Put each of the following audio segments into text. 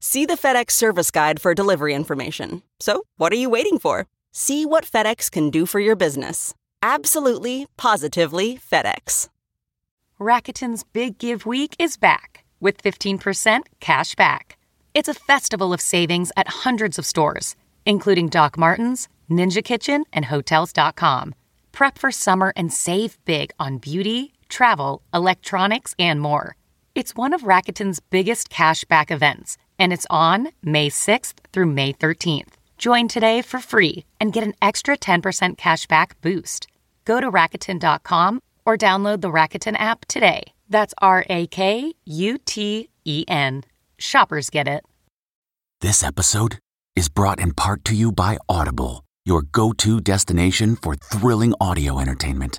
See the FedEx service guide for delivery information. So, what are you waiting for? See what FedEx can do for your business. Absolutely, positively FedEx. Rakuten's Big Give Week is back with 15% cash back. It's a festival of savings at hundreds of stores, including Doc Martens, Ninja Kitchen, and Hotels.com. Prep for summer and save big on beauty, travel, electronics, and more. It's one of Rakuten's biggest cashback events, and it's on May 6th through May 13th. Join today for free and get an extra 10% cashback boost. Go to Rakuten.com or download the Rakuten app today. That's R A K U T E N. Shoppers get it. This episode is brought in part to you by Audible, your go to destination for thrilling audio entertainment.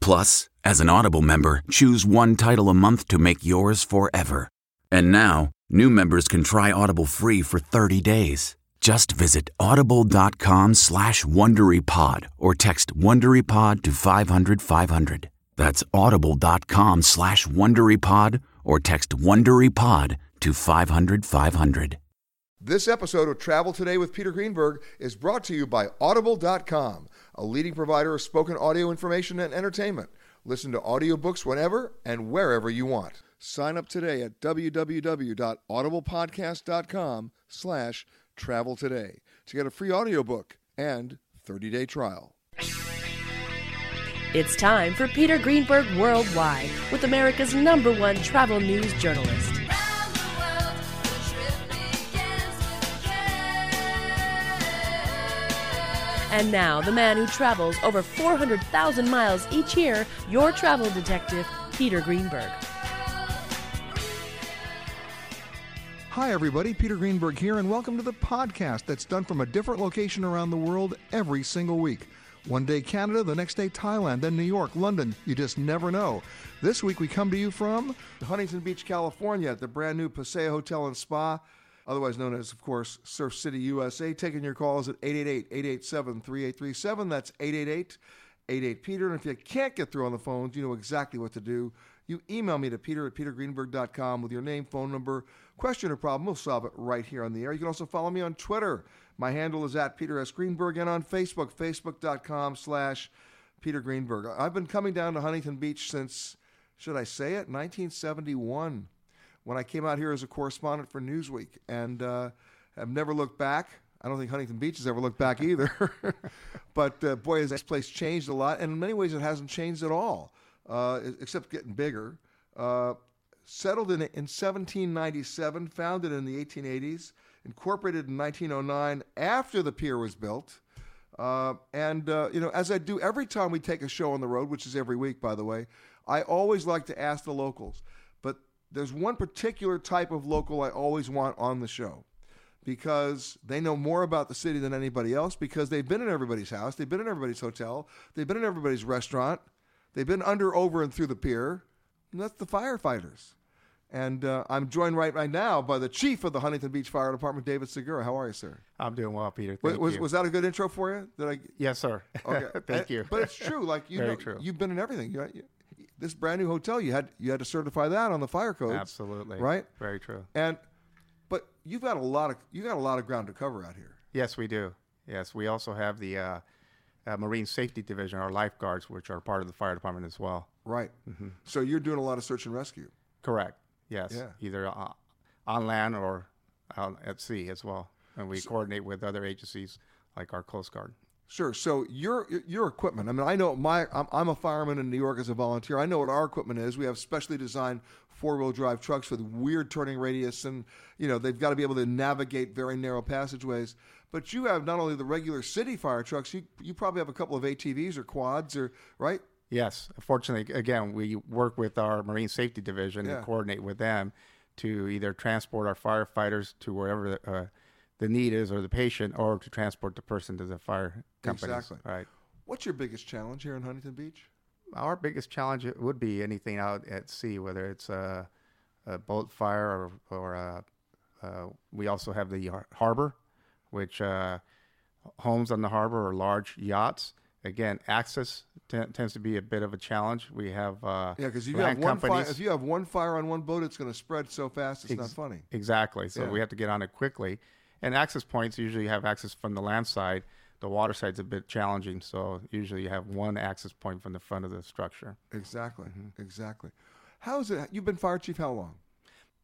Plus, as an Audible member, choose one title a month to make yours forever. And now, new members can try Audible free for 30 days. Just visit audible.com slash WonderyPod or text WonderyPod to 500, 500. That's audible.com slash WonderyPod or text WonderyPod to 500, 500. This episode of Travel Today with Peter Greenberg is brought to you by Audible.com, a leading provider of spoken audio information and entertainment. Listen to audiobooks whenever and wherever you want. Sign up today at www.audiblepodcast.com slash travel today to get a free audiobook and 30-day trial. It's time for Peter Greenberg Worldwide with America's number one travel news journalist. And now, the man who travels over 400,000 miles each year, your travel detective, Peter Greenberg. Hi, everybody. Peter Greenberg here, and welcome to the podcast that's done from a different location around the world every single week. One day Canada, the next day Thailand, then New York, London. You just never know. This week we come to you from Huntington Beach, California, at the brand new Paseo Hotel and Spa, otherwise known as, of course, Surf City USA. Taking your calls at 888 887 3837. That's 888 88 Peter. And if you can't get through on the phones, you know exactly what to do. You email me to peter at petergreenberg.com with your name, phone number, question, or problem. We'll solve it right here on the air. You can also follow me on Twitter. My handle is at Peter S. Greenberg and on Facebook, facebook.com slash Peter Greenberg. I've been coming down to Huntington Beach since should I say it? 1971, when I came out here as a correspondent for Newsweek, and uh, have never looked back. I don't think Huntington Beach has ever looked back either. but uh, boy, has this place changed a lot, and in many ways, it hasn't changed at all, uh, except getting bigger. Uh, settled in, in 1797, founded in the 1880s, incorporated in 1909 after the pier was built. Uh, and, uh, you know, as I do every time we take a show on the road, which is every week, by the way, I always like to ask the locals. But there's one particular type of local I always want on the show because they know more about the city than anybody else because they've been in everybody's house, they've been in everybody's hotel, they've been in everybody's restaurant, they've been under, over, and through the pier. And that's the firefighters. And uh, I'm joined right, right now by the chief of the Huntington Beach Fire Department, David Segura. How are you, sir? I'm doing well, Peter. Was, Thank was, you. was that a good intro for you? Did I? yes, sir. Thank I- you. But it's true. Like you, Very know, true. you've been in everything. You, you- this brand new hotel, you had you had to certify that on the fire codes. Absolutely. Right. Very true. And but you've got a lot of you got a lot of ground to cover out here. Yes, we do. Yes, we also have the uh, uh, Marine Safety Division, our lifeguards, which are part of the fire department as well. Right. So you're doing a lot of search and rescue. Mm-hmm. Correct. Yes. Yeah. Either uh, on land or out at sea as well, and we coordinate with other agencies like our Coast Guard. Sure. So your your equipment. I mean, I know my I'm, I'm a fireman in New York as a volunteer. I know what our equipment is. We have specially designed four wheel drive trucks with weird turning radius, and you know they've got to be able to navigate very narrow passageways. But you have not only the regular city fire trucks. You you probably have a couple of ATVs or quads or right. Yes. Fortunately, again, we work with our Marine Safety Division Yeah. and coordinate with them to either transport our firefighters to wherever the, uh, the need is or the patient, or to transport the person to the fire company. Exactly. Right. What's your biggest challenge here in Huntington Beach? Our biggest challenge would be anything out at sea, whether it's a, a boat fire or, or uh uh, we also have the har- harbor, which uh, homes on the harbor or large yachts. Again, access t- tends to be a bit of a challenge. We have uh, Yeah, because if you land have one fire, companies- if you have one fire on one boat, it's going to spread so fast it's not Ex- funny. Exactly. So Yeah. we have to get on it quickly. And access points usually have access from the land side. The water side's a bit challenging, so usually you have one access point from the front of the structure. Mm-hmm. Exactly. Exactly. How is it? You've been fire chief how long?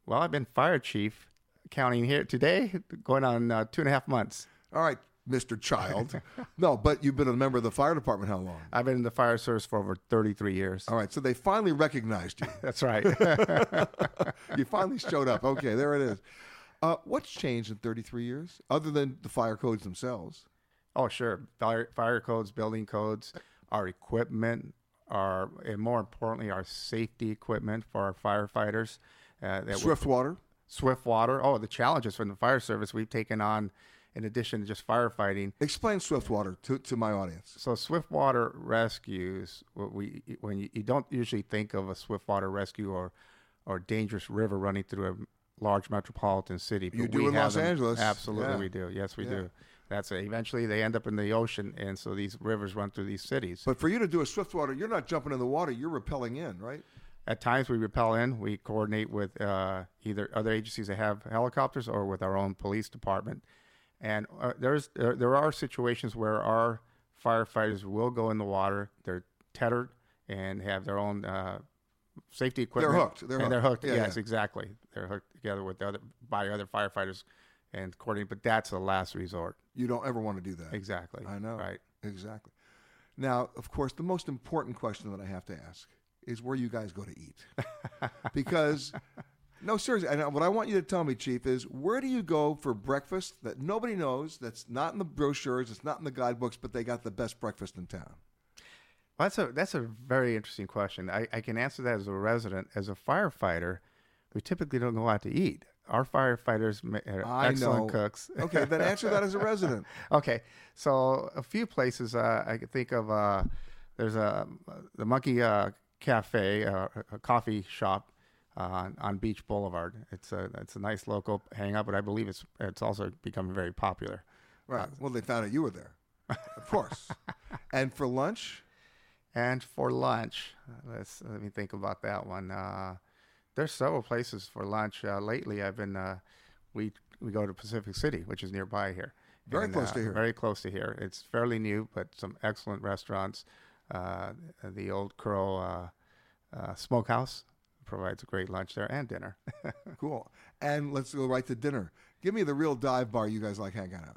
Well, I've been fire chief, counting here today, going on uh, two and a half months. All right, Mr. Child. no, but you've been a member of the fire department how long? I've been in the fire service for over 33 years. All right, so they finally recognized you. That's right. you finally showed up. Okay, there it is. Uh, what's changed in 33 years, other than the fire codes themselves? oh, sure. Fire, fire codes, building codes, our equipment, our and more importantly, our safety equipment for our firefighters. Uh, that we- Swiftwater. Swiftwater. Oh, the challenges from the fire service we've taken on, in addition to just firefighting. Explain Swiftwater to, to my audience. So Swiftwater rescues what we when you, you don't usually think of a Swiftwater rescue or or dangerous river running through a large metropolitan city. You but do we in have Los them. Angeles. Absolutely, Yeah. we do. Yes, we Yeah. do. That's it. Eventually, they end up in the ocean, and so these rivers run through these cities. But for you to do a Swiftwater, you're not jumping in the water, you're rappelling in, right? At times, we repel in. We coordinate with uh, either other agencies that have helicopters or with our own police department. And uh, there's there, there are situations where our firefighters will go in the water. They're tethered and have their own uh, safety equipment. hooked. They're and they're hooked. hooked. Yeah, yes, yeah. exactly. They're hooked together with the other by other firefighters and coordinate. But that's the last resort. You don't ever want to do that. Exactly. I know. Right. Exactly. Now, of course, the most important question that I have to ask is where you guys go to eat. because, no, seriously, and what I want you to tell me, Chief, is where do you go for breakfast that nobody knows, that's not in the brochures, it's not in the guidebooks, but they got the best breakfast in town? Well, that's a that's a very interesting question. I, I can answer that as a resident, as a firefighter. We typically don't go out to eat. Our firefighters ma- are I excellent know. cooks. Okay, then answer that as a resident. okay, so a few places uh, I can think of. Uh, there's a the Monkey uh, Cafe, uh, a coffee shop uh, on, on Beach Boulevard. It's a it's a nice local hangout, but I believe it's it's also becoming very popular. Right. Uh, Well, they found out you were there. Of course. and for lunch? And for lunch, let's let me think about that one. Uh, there's several places for lunch. Uh, lately, I've been uh, we we go to Pacific City, which is nearby here. uh, Very close to here. Very close to here. It's fairly new, but some excellent restaurants. Uh, the Old Crow uh, uh, Smokehouse provides a great lunch there and dinner. cool. And let's go right to dinner. Give me the real dive bar you guys like hanging out.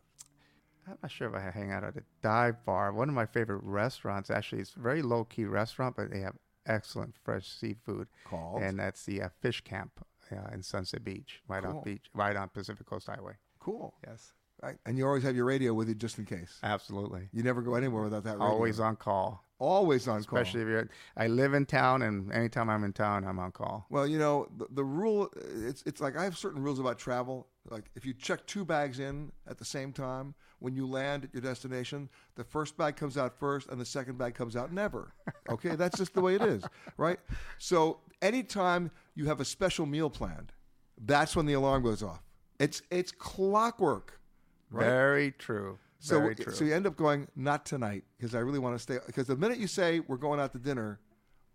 I'm not sure if I hang out at a dive bar. One of my favorite restaurants, actually, it's a very low key restaurant, but they have excellent fresh seafood. Called? And that's the uh, Fish Camp uh, in Sunset Beach, right Cool. on beach, right on Pacific Coast Highway. Cool. Yes, Right. And you always have your radio with you just in case. absolutely. You never go anywhere without that radio. Always on call, Always on call. especially if you're. I live in town, and anytime I'm in town, I'm on call. Well, you know, the, the rule it's it's like I have certain rules about travel. Like if you check two bags in at the same time when you land at your destination, the first bag comes out first and the second bag comes out never. Okay? That's just the way it is, right? So, anytime you have a special meal planned, that's when the alarm goes off. It's it's clockwork. Right. Very true. So, Very true. so you end up going not tonight because I really want to stay because the minute you say we're going out to dinner,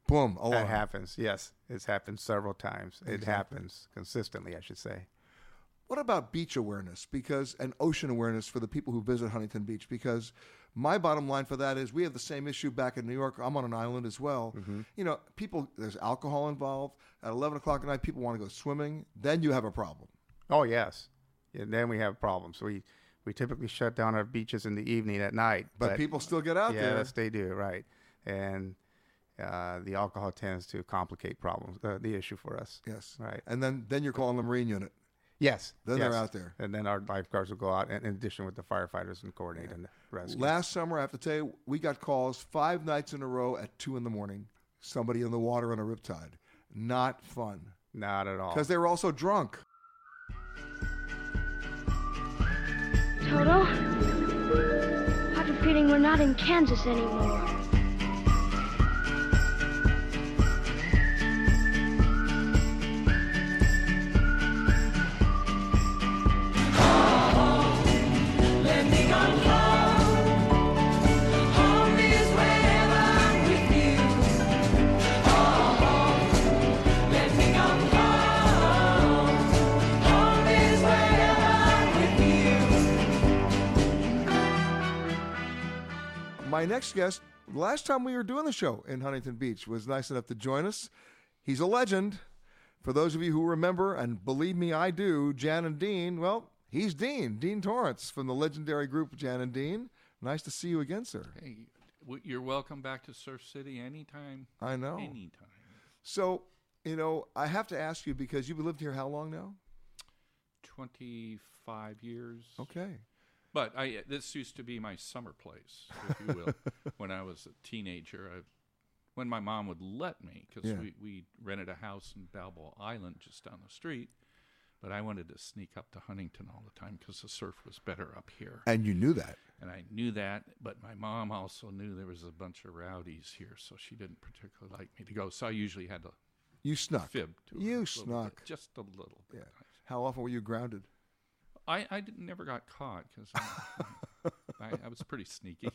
boom, alarm. that happens. Yes, it's happened several times. It Oh, Exactly. happens consistently, I should say. What about beach awareness? Because and ocean awareness for the people who visit Huntington Beach. Because my bottom line for that is we have the same issue back in New York. I'm on an island as well. Mm-hmm. You know, people there's alcohol involved. At 11 o'clock at night, people want to go swimming. Then you have a problem. Oh yes, and then we have problems. We we typically shut down our beaches in the evening at night, But, people still get out there. yes, they do, right? And uh, the alcohol tends to complicate problems, uh, the issue for us. Yes. right. And then then you're calling the Marine unit. Yes, Then they're yes. out there. and then our lifeguards will go out, and in addition with the firefighters and coordinate and rescue. Last summer, I have to tell you, we got calls five nights in a row at two in the morning. Somebody in the water on a riptide. Not fun. Not at all. Because they were also drunk. Toto, I have a feeling we're not in Kansas anymore. My next guest, last time we were doing the show in Huntington Beach, was nice enough to join us. He's a legend. For those of you who remember, and believe me, I do, Jan and Dean, well, he's Dean, Dean Torrance from the legendary group Jan and Dean. Nice to see you again, sir. Hey, w- you're welcome back to Surf City anytime. I know. Anytime. So, you know, I have to ask you because you've lived here how long now? 25 years. Okay. But I this used to be my summer place, if you will, when I was a teenager. I, when my mom would let me, because Yeah. we, we rented a house in Balboa Island just down the street. But I wanted to sneak up to Huntington all the time because the surf was better up here. And you knew that. And I knew that, but my mom also knew there was a bunch of rowdies here, so she didn't particularly like me to go. So I usually had to You snuck. fib to her a you little snuck. bit, just a little bit. Yeah. How often were you grounded? I, I didn't, never got caught because I, I, I was pretty sneaky.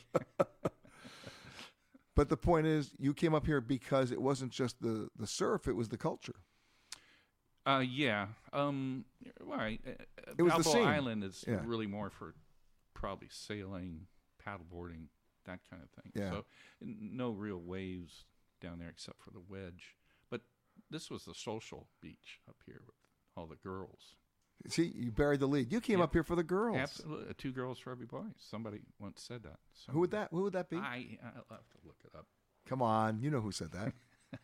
But the point is, you came up here because it wasn't just the, the surf, it was the culture. Uh, yeah. Um, right. Uh, It was the Balboa scene. Island is Yeah. really more for probably sailing, paddleboarding, that kind of thing. Yeah. So n- no real waves down there except for the wedge. But this was the social beach up here with all the girls. See, you buried the lead. You came Yeah. up here for the girls. Absolutely, two girls for every boy. Somebody once said that. So Who would that? Who would that be? I I'll have to look it up. Come on, you know who said that?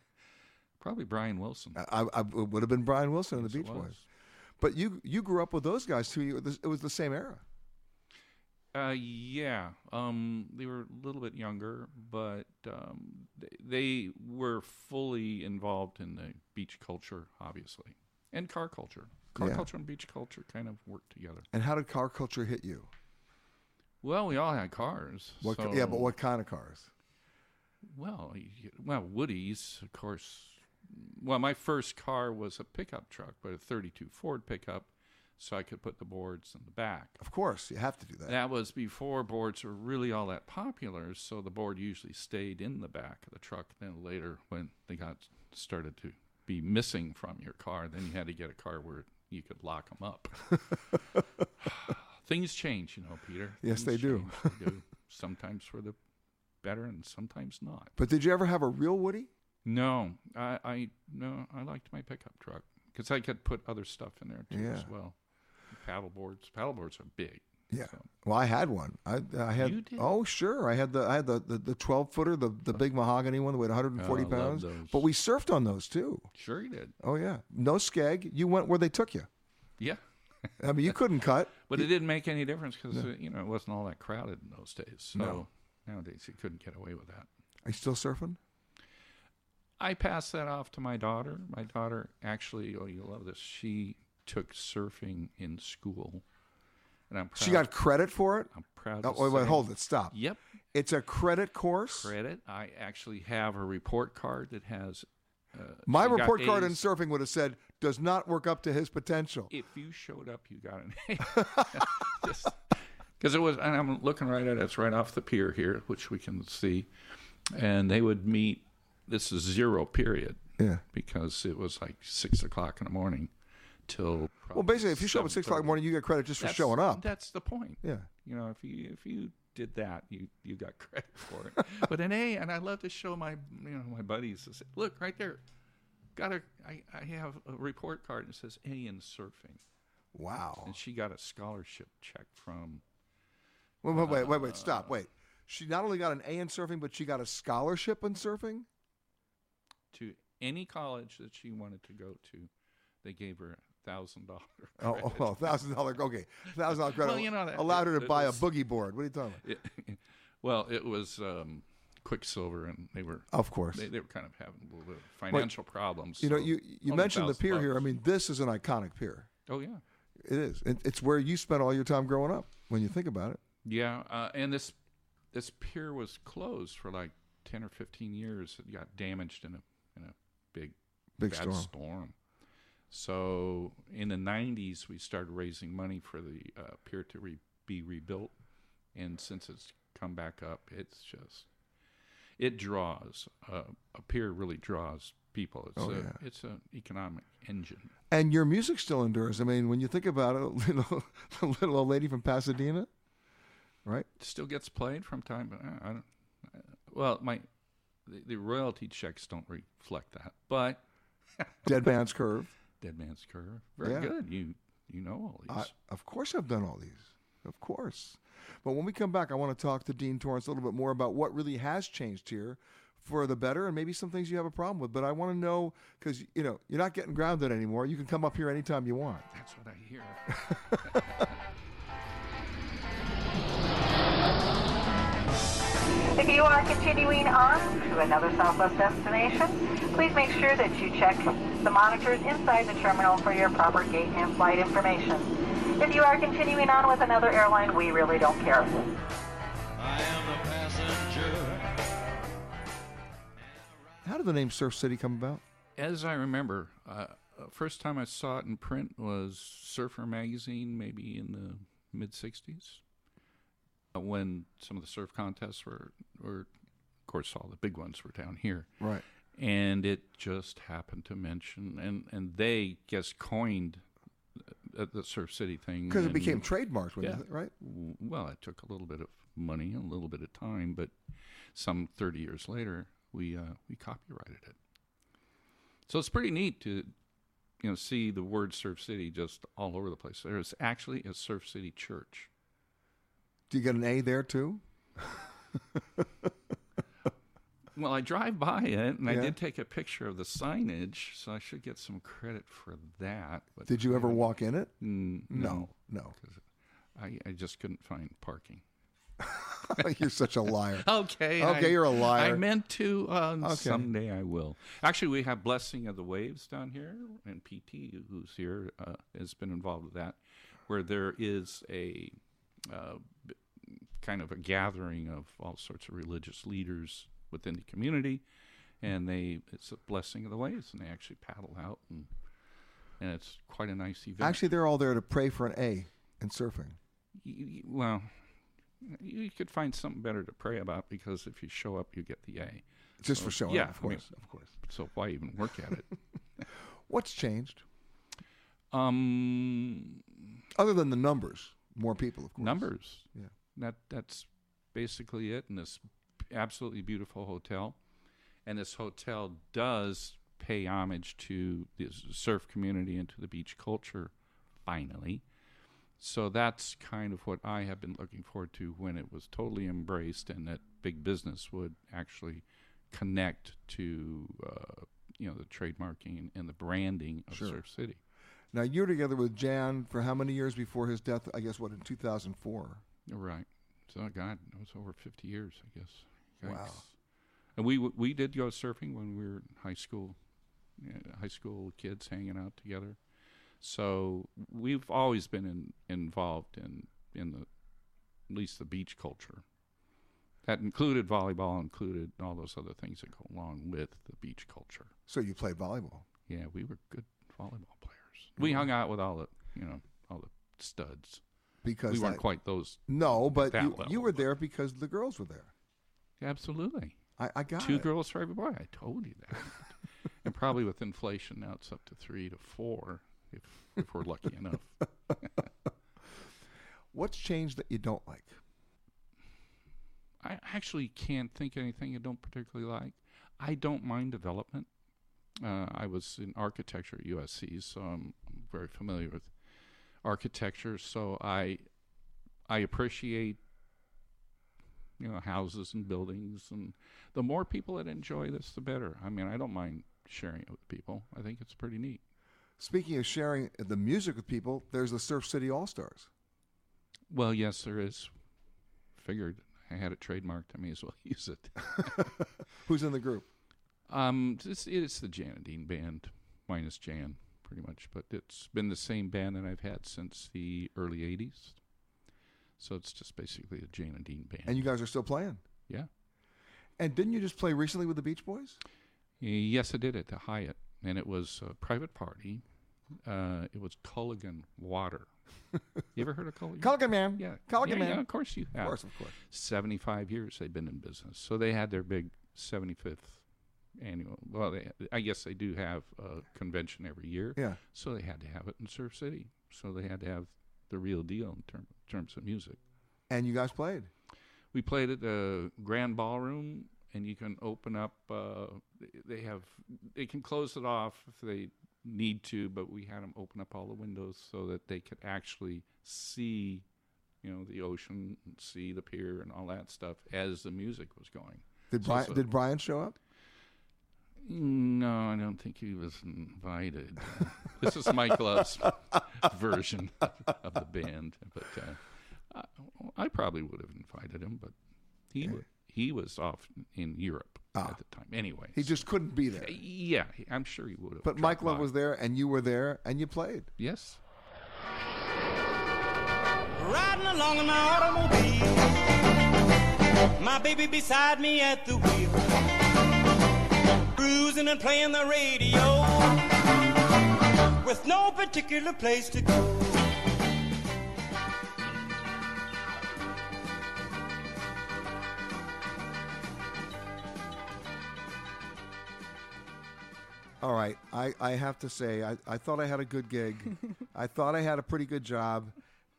Probably Brian Wilson. I, I, it would have been Brian Wilson and the Yes, it Beach was. Boys. But you you grew up with those guys too. You- It was the same era. Uh, yeah. Um, they were a little bit younger, but um, th- they were fully involved in the beach culture, obviously, and car culture. Car Yeah. culture and beach culture kind of work together. And how did car culture hit you? Well, we all had cars. What, so- ki- yeah, but what kind of cars? Well, y- y- well, Woody's, of course. Well, my first car was a pickup truck, but a '32 Ford pickup, so I could put the boards in the back. Of course, you have to do that. That was before boards were really all that popular, so the board usually stayed in the back of the truck. Then later, when they got started to be missing from your car, then you had to get a car where you could lock them up. Things change, you know, Peter. Yes, Things they do. change. They do. Sometimes for the better, and sometimes not. But did you ever have a real Woody? No, I, I no, I liked my pickup truck because I could put other stuff in there too as Yeah. well. Paddle boards. Paddle boards are big. Yeah. Well, I had one. I, I had. You did? Oh, sure. I had the I had the the, the twelve footer, the, the big mahogany one that weighed 140 Oh, I love pounds. those. But we surfed on those too. Sure, you did. Oh yeah. No skag. You went where they took you. Yeah, I mean, you couldn't cut. but it didn't make any difference because No. you know it wasn't all that crowded in those days. So No. nowadays you couldn't get away with that. Are you still surfing? I passed that off to my daughter. My daughter actually, oh, you love this. She took surfing in school, and I'm proud. She got credit for it. I'm proud. Oh, to wait, wait, say- hold it. Stop. Yep. It's a credit course. credit. I actually have a report card that has. Uh, My she got report card in A's. surfing would have said does not work up to his potential. if you showed up, you got an A. Because it was, and I'm looking right at it. It's right off the pier here, which we can see. And they would meet. This is zero period. Yeah. Because it was like six o'clock in the morning, till. Well, basically, if you show up at six o'clock 7:30. in the morning, you get credit just for That's- showing up. That's the point. Yeah. You know, if you if you did that, you you got credit for it. but an A, and I love to show my you know my buddies. To say, Look right there, got a I, I have a report card and it says A in surfing, Wow. and she got a scholarship check from. Wait, wait, wait, wait, wait. Uh. Stop. Wait. She not only got an A in surfing, but she got a scholarship in surfing. to any college that she wanted to go to, they gave her a thousand dollar. Oh, oh, well, thousand dollar. Okay, thousand dollar credit. Well, you know, that- allowed her to it buy was- a boogie board. What are you talking about? It- well, it was um, Quicksilver, and they were Of course. they, they were kind of having a little bit of financial problems. You know, so you you only mentioned the $1,000 pier here. I mean, this is an iconic pier. oh yeah, It is. It, it's where you spent all your time growing up. When you think about it, yeah, uh, and this this pier was closed for like ten or fifteen years. It got damaged in a in a big Big bad storm. So in the '90s, we started raising money for the uh, pier to re- be rebuilt, and since it's come back up, it's just it draws. Uh, a pier really draws people. It's Oh, a, yeah. it's an economic engine. and your music still endures. I mean, when you think about it, little, the little old lady from Pasadena, right? still gets played from time to I don't. uh, Well, my the, the royalty checks don't reflect that, but Dead Man's Curve. Dead Man's Curve, very Yeah. good. You you know all these. I, of course, I've done all these. Of course. But when we come back, I want to talk to Dean Torrance a little bit more about what really has changed here for the better and maybe some things you have a problem with. But I want to know because, you know, you're not getting grounded anymore. You can come up here anytime you want. That's what I hear. If you are continuing on to another Southwest destination, please make sure that you check the monitors inside the terminal for your proper gate and flight information. If you are continuing on with another airline, we really don't care. How did the name Surf City come about? As I remember, uh, uh, first time I saw it in print was Surfer magazine, maybe in the mid '60s, uh, when some of the surf contests were were, of course, all the big ones were down here. Right. and it just happened to mention and and they just coined uh, the, the surf city thing Because it and- became trademarked, when you Yeah. th- right? W- well it took a little bit of money and a little bit of time but some 30 years later we uh, we copyrighted it so it's pretty neat to you know see the word surf city just all over the place there's actually a surf city church Do you get an A there too? well i drive by it and i Yeah. did take a picture of the signage so i should get some credit for that but Did you ever I don't- walk in it? Mm, No, no. 'cause I, I just couldn't find parking. you're such a liar. Okay. Okay, I- you're a liar. I meant to. Um, Okay. Someday I will. Actually, we have Blessing of the Waves down here, and PT, who's here, uh, has been involved with that, where there is a uh, b- kind of a gathering of all sorts of religious leaders within the community, and they it's a Blessing of the Waves, and they actually paddle out, and and it's quite a nice event. Actually, they're all there to pray for an A in surfing. you, you- well, you could find something better to pray about because if you show up, you get the A. Just for showing up, yeah, of I mean, course, of course. So why even work at it? What's changed um, other than the numbers? More people, of course. numbers. Yeah. That that's basically it. And this absolutely beautiful hotel, And this hotel does pay homage to the surf community and to the beach culture, finally. So that's kind of what I have been looking forward to when it was totally embraced and that big business would actually connect to uh, you know the trademarking and, and the branding of Sure. Surf City. Now you were together with Jan for how many years before his death? I guess what in 2004. Right. So God, it was over 50 years, I guess. Wow. And we w- we did go surfing when we were in high school, uh, high school kids hanging out together. So we've always been in, involved in in the at least the beach culture. That included volleyball, included all those other things that go along with the beach culture. So you played volleyball. Yeah, we were good volleyball players. We hung out with all the you know all the studs Because we weren't that- quite those. No, at but that you, level. you were there because the girls were there. Absolutely. I, I got two it. girls for every boy. I told you that. and probably with inflation now, it's up to three to four if if we're lucky enough. What's changed that you don't like? I actually can't think of anything I don't particularly like. I don't mind development. Uh, I was in architecture at USC, so I'm very familiar with architecture. So I I appreciate you know houses and buildings, and the more people that enjoy this, the better. I mean, I don't mind sharing it with people. I think it's pretty neat. Speaking of sharing the music with people, there's the Surf City All Stars. Well, yes, there is. Figured I had it trademarked. I may as well use it. Who's in the group? Um, it's, it's the Janadine band, minus Jan, pretty much. But it's been the same band that I've had since the early '80s. So it's just basically a Janadine band. And you guys are still playing. yeah. And didn't you just play recently with the Beach Boys? Yes, I did at the Hyatt, and it was a private party. Uh, it was Culligan Water. You ever heard of Culligan? Culligan Man. Yeah. Culligan Yeah, Man. yeah, of course you Of have. course, of course. 75 years they've been in business. So they had their big 75th annual. Well, they, I guess they do have a convention every year. Yeah. So they had to have it in Surf City. So they had to have the real deal in term, terms of music. And you guys played. We played at the Grand Ballroom, and you can open up. Uh, they have they can close it off if they need to, but we had them open up all the windows so that they could actually see, you know, the ocean, and see the pier, and all that stuff as the music was going. Did So Brian, it's a- did Brian show up? No, I don't think he was invited. this is Mike Love's version of the band, but uh, I, I probably would have invited him, but he wa- he was off in Europe at the time. Anyway, He Ah. just couldn't be there. yeah, he- I'm sure he would have. But dropped Mike Love by. was there, and you were there, and you played. Yes. Riding along in my automobile. My baby beside me at the wheel. Cruising and playing the radio. With no particular place to go. All right, I, I have to say, I, I thought I had a good gig. I thought I had a pretty good job.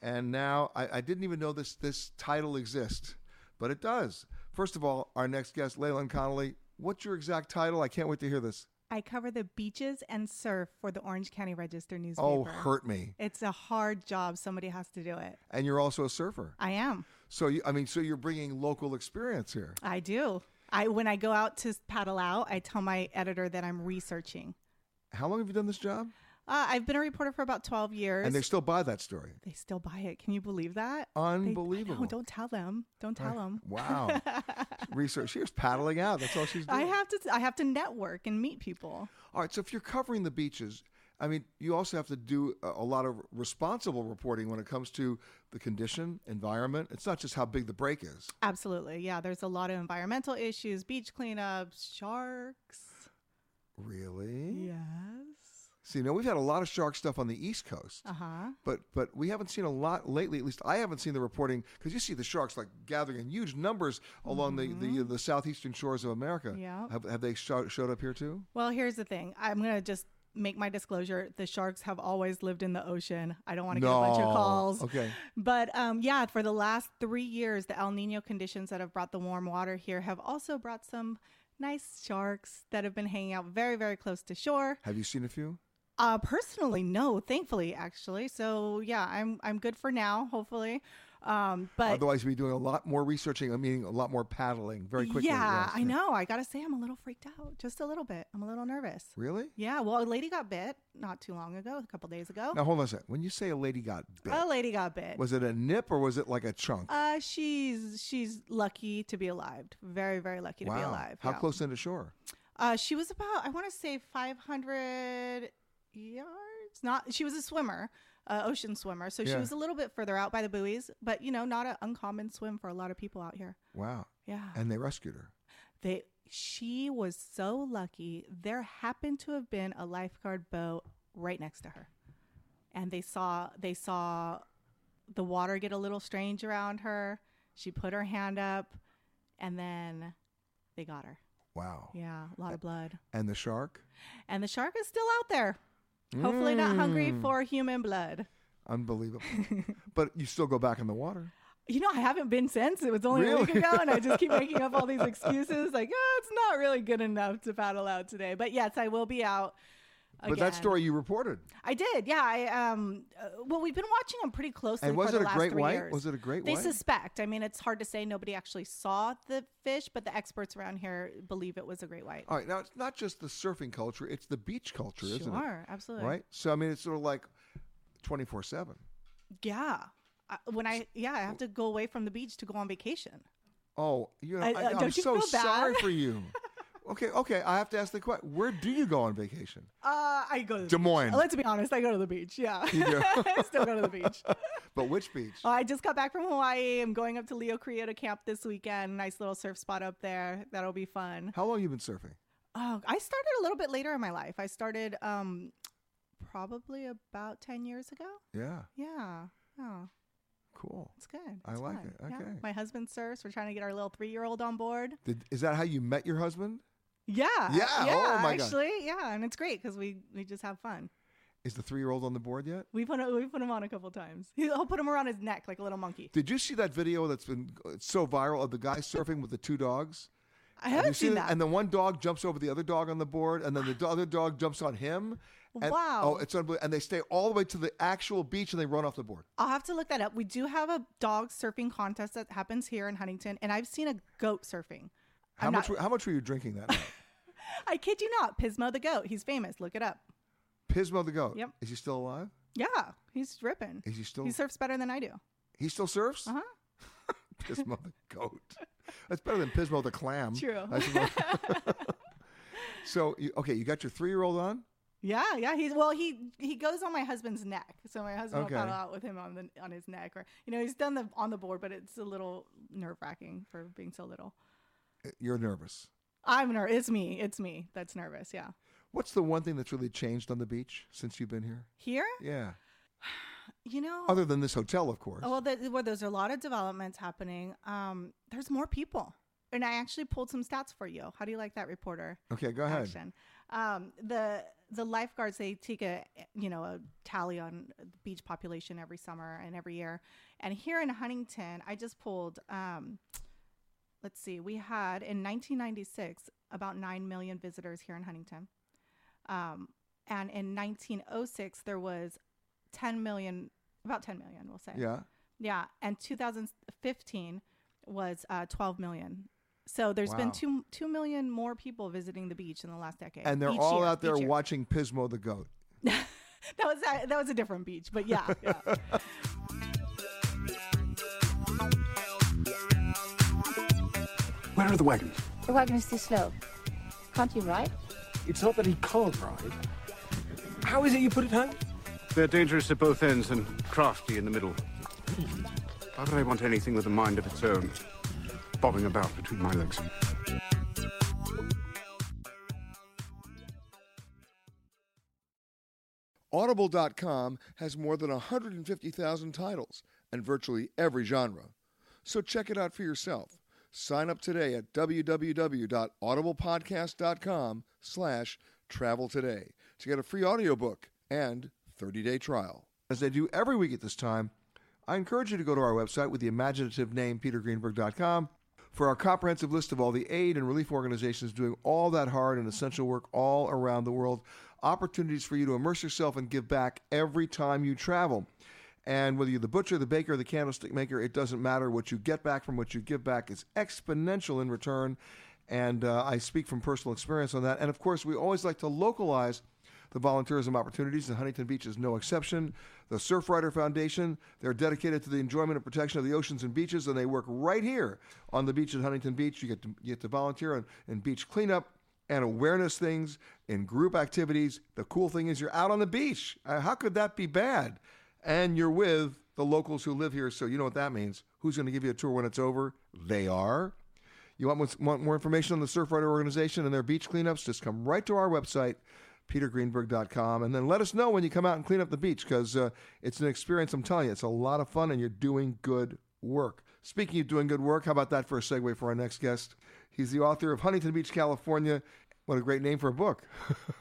And now I, I didn't even know this, this title exists, but it does. First of all, our next guest, Leyland Connolly, what's your exact title? I can't wait to hear this. I cover the beaches and surf for the Orange County Register newspaper. Oh, hurt me. It's a hard job. Somebody has to do it. And you're also a surfer. I am. So, you, I mean, so you're bringing local experience here. I do. I when I go out to paddle out, I tell my editor that I'm researching. How long have you done this job? Uh, I've been a reporter for about 12 years. And they still buy that story. They still buy it. Can you believe that? They- I know. Unbelievable. don't tell them. Don't tell them. Wow. Research. She was paddling out. That's all she's doing. I have to. I have to network and meet people. All right. So if you're covering the beaches, I mean, you also have to do a, a lot of responsible reporting when it comes to the condition, environment. It's not just how big the break is. Absolutely. Yeah. There's a lot of environmental issues, beach cleanups, sharks. Really? Yes. See, now we've had a lot of shark stuff on the East Coast. Uh huh. But but we haven't seen a lot lately. At least I haven't seen the reporting because you see the sharks like gathering in huge numbers along the, the the southeastern shores of America. Mm-hmm. Yep. Have, have they sho- showed up here too? Well, here's the thing. I'm going to just make my disclosure. The sharks have always lived in the ocean. I don't want to get a bunch of No. calls. Okay. But um, yeah, for the last three years, the El Nino conditions that have brought the warm water here have also brought some nice sharks that have been hanging out very, very close to shore. Have you seen a few? Uh, personally, no. Thankfully, actually. So yeah, I'm I'm good for now. Hopefully, um, but Otherwise, we'd be doing a lot more researching. I mean, a lot more paddling very quickly. yeah, yes, I know. I gotta say, I'm a little freaked out, just a little bit. I'm a little nervous. Really? Yeah. Well, a lady got bit not too long ago, a couple days ago. Now hold on a sec. When you say a lady got bit, Oh. A lady got bit. was it a nip or was it like a chunk? Uh, she's she's lucky to be alive. Very very lucky to be Wow. alive. How yeah. close into shore? Uh, she was about I want to say 500 yards. Not she was a swimmer, uh, ocean swimmer. So she Yeah. was a little bit further out by the buoys, but you know not an uncommon swim for a lot of people out here. Wow. Yeah. And they rescued her. They she was so lucky. There happened to have been a lifeguard boat right next to her. And they saw they saw the water get a little strange around her. She put her hand up and then they got her. Wow. Yeah, a lot of blood. And the shark? And the shark is still out there. Hopefully not hungry Mm. for human blood. Unbelievable. but you still go back in the water. You know, I haven't been since. It was only a week Really? ago, and I just keep making up all these excuses. Like, oh, it's not really good enough to paddle out today. But yes, I will be out. Again. But that story you reported. I did. Yeah. I um. Uh, well, we've been watching them pretty closely. And was for it the a last great three white? years. Was it a great They white? suspect. I mean, it's hard to say. Nobody actually saw the fish, but the experts around here believe it was a great white. All right. Now, it's not just the surfing culture, it's the beach culture, Oh, isn't it? Sure, absolutely. Right? So, I mean, it's sort of like 24 7. Yeah. I, when I yeah, I have to go away from the beach to go on vacation. Oh, you know, I- I, uh, I, am don't you so feel bad? sorry for you. okay. Okay. I have to ask the question Where do you go on vacation? Uh, I go to the Des beach. Moines. Let's be honest, I go to the beach. Yeah, You do. I still go to the beach. But which beach? Oh, I just got back from Hawaii. I'm going up to Leo Creo to camp this weekend. Nice little surf spot up there. That'll be fun. How long you been surfing? Oh, I started a little bit later in my life. I started um, probably about ten years ago. Yeah. Yeah. Oh, Cool. it's good. I It's like fun. it. Yeah. Okay. My husband surfs. We're trying to get our little three year old on board. Did, is that how you met your husband? Yeah. Yeah, oh my God. actually, yeah, and it's great because we we just have fun. Is the three year old on the board yet? We put we put him on a couple times. He- He'll put him around his neck like a little monkey. Did you see that video that's been it's so viral of the guy surfing with the two dogs? I Have you haven't seen it? that. And then one dog jumps over the other dog on the board, and then the do- other dog jumps on him. And, Wow. Oh, it's unbelievable. And they stay all the way to the actual beach and they run off the board. I'll have to look that up. We do have a dog surfing contest that happens here in Huntington, and I've seen a goat surfing. How I'm much? not- were- how much were you drinking that night? I kid you not, Pismo the goat. He's famous. Look it up. Pismo the goat. Yep. Is he still alive? Yeah, he's ripping. Is he still? He surfs better than I do. he still surfs. Uh huh. Pismo the goat. That's better than Pismo the clam. True. Um, I suppose. so you, okay, you got your three-year-old on. Yeah, yeah. He's well. He he goes on my husband's neck, so my husband Okay. will paddle out with him on the on his neck, or you know, he's done the on the board, but it's a little nerve wracking for being so little. eh, You're nervous. I'm nervous. It's me. It's me that's nervous. Yeah. What's the one thing that's really changed on the beach since you've been here? Here, Yeah. you know, Other than this hotel, of course. Oh, well, there, well, there's a lot of developments happening. Um, there's more people, and I actually pulled some stats for you. How do you like that, reporter? Okay, go ahead. Action. Um, the the lifeguards they take a you know a tally on the beach population every summer and every year, and here in Huntington, I just pulled. Um, let's see, we had in 1996 about nine million visitors here in Huntington. Um, and in 1906, there was 10 million, about 10 million, we'll say. Yeah. Yeah, and 2015 was uh, 12 million. So there's Wow. been two two million more people visiting the beach in the last decade, And they're Each all year, out there each year. watching Pismo the goat. That was that, that was a different beach, but yeah, yeah. Where are the wagons? The wagon is too slow. Can't you ride? It's not that he can't ride. How is it you put it home? They're dangerous at both ends and crafty in the middle. Why would I want anything with a mind of its own, bobbing about between my legs? Audible.com has more than 150,000 titles and virtually every genre. So check it out for yourself. Sign up today at www.audiblepodcast.com slash travel today to get a free audiobook and 30-day trial. As I do every week at this time, I encourage you to go to our website with the imaginative name petergreenberg.com for our comprehensive list of all the aid and relief organizations doing all that hard and essential work all around the world. Opportunities for you to immerse yourself and give back every time you travel. And whether you're the butcher, the baker, the candlestick maker, it doesn't matter. What you get back from what you give back is exponential in return. And uh, I speak from personal experience on that. And of course, we always like to localize the volunteerism opportunities, and Huntington Beach is no exception. The Surfrider Foundation, they're dedicated to the enjoyment and protection of the oceans and beaches, and they work right here on the beach at Huntington Beach. You get to, you get to volunteer in, in beach cleanup and awareness things, in group activities. The cool thing is you're out on the beach. Uh, How could that be bad? And you're with the locals who live here, so you know what that means. Who's going to give you a tour when it's over? They are. You want, more- want more information on the Surfrider organization and their beach cleanups? Just come right to our website, petergreenberg.com, and then let us know when you come out and clean up the beach because uh, it's an experience. I'm telling you, it's a lot of fun and you're doing good work. Speaking of doing good work, how about that for a segue for our next guest? He's the author of Huntington Beach, California. What a great name for a book.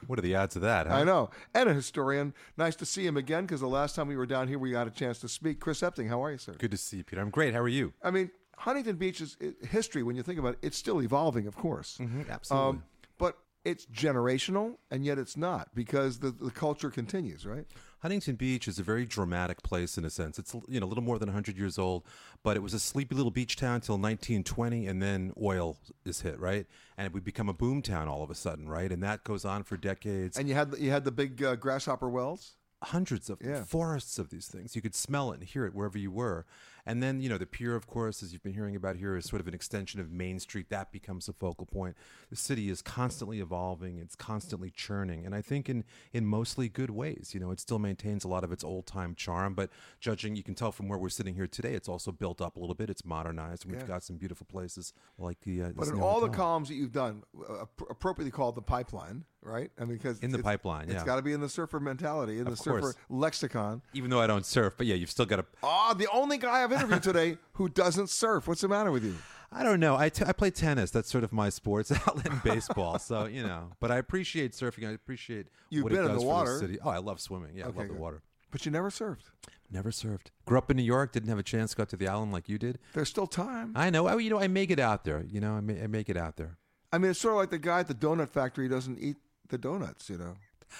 What are the odds of that? Huh? I know. And a historian. Nice to see him again because the last time we were down here, we got a chance to speak. Chris Epting, how are you, sir? Good to see you, Peter. I'm great. How are you? I mean, Huntington Beach is i history. When you think about it, it's still evolving, of course. Mm-hmm, Um, absolutely. but it's generational, and yet it's not because the, the culture continues, right? Huntington Beach is a very dramatic place in a sense. It's you know a little more than 100 years old, but it was a sleepy little beach town till 1920, and then oil is hit, right? And it would become a boom town all of a sudden, right? And that goes on for decades. And you had you had the big uh, grasshopper wells. hundreds of them, Yeah. forests of these things. You could smell it and hear it wherever you were. And then, you know, the pier, of course, as you've been hearing about here, is sort of an extension of Main Street. That becomes a focal point. The city is constantly evolving, it's constantly churning. And I think in, in mostly good ways, you know, it still maintains a lot of its old time charm. But judging, you can tell from where we're sitting here today, it's also built up a little bit, it's modernized, and we've Yeah. got some beautiful places like the. Uh, But this in new all the hotel. columns that you've done, uh, appro- appropriately called the pipeline, right? I mean, because In the it's- pipeline, it's yeah. got to be in the surfer mentality, in the Of surfer course. lexicon. even though I don't surf, but yeah, you've still got to Ah, the only guy I've interviewed today who doesn't surf. What's the matter with you? I don't know. I, t- I play tennis. That's sort of my sports outlet and baseball. So, you know, but I appreciate surfing. I appreciate You've what been it in does the for water. city. Oh, I love swimming. Yeah, I Okay, love good. the water. But you never surfed. Never surfed. Grew up in New York. Didn't have a chance. Got to the island like you did. There's still time. I know. I, you know, I make it out there. You know, I, ma- I make it out there. I mean, it's sort of like the guy at the donut factory doesn't eat the donuts, you know.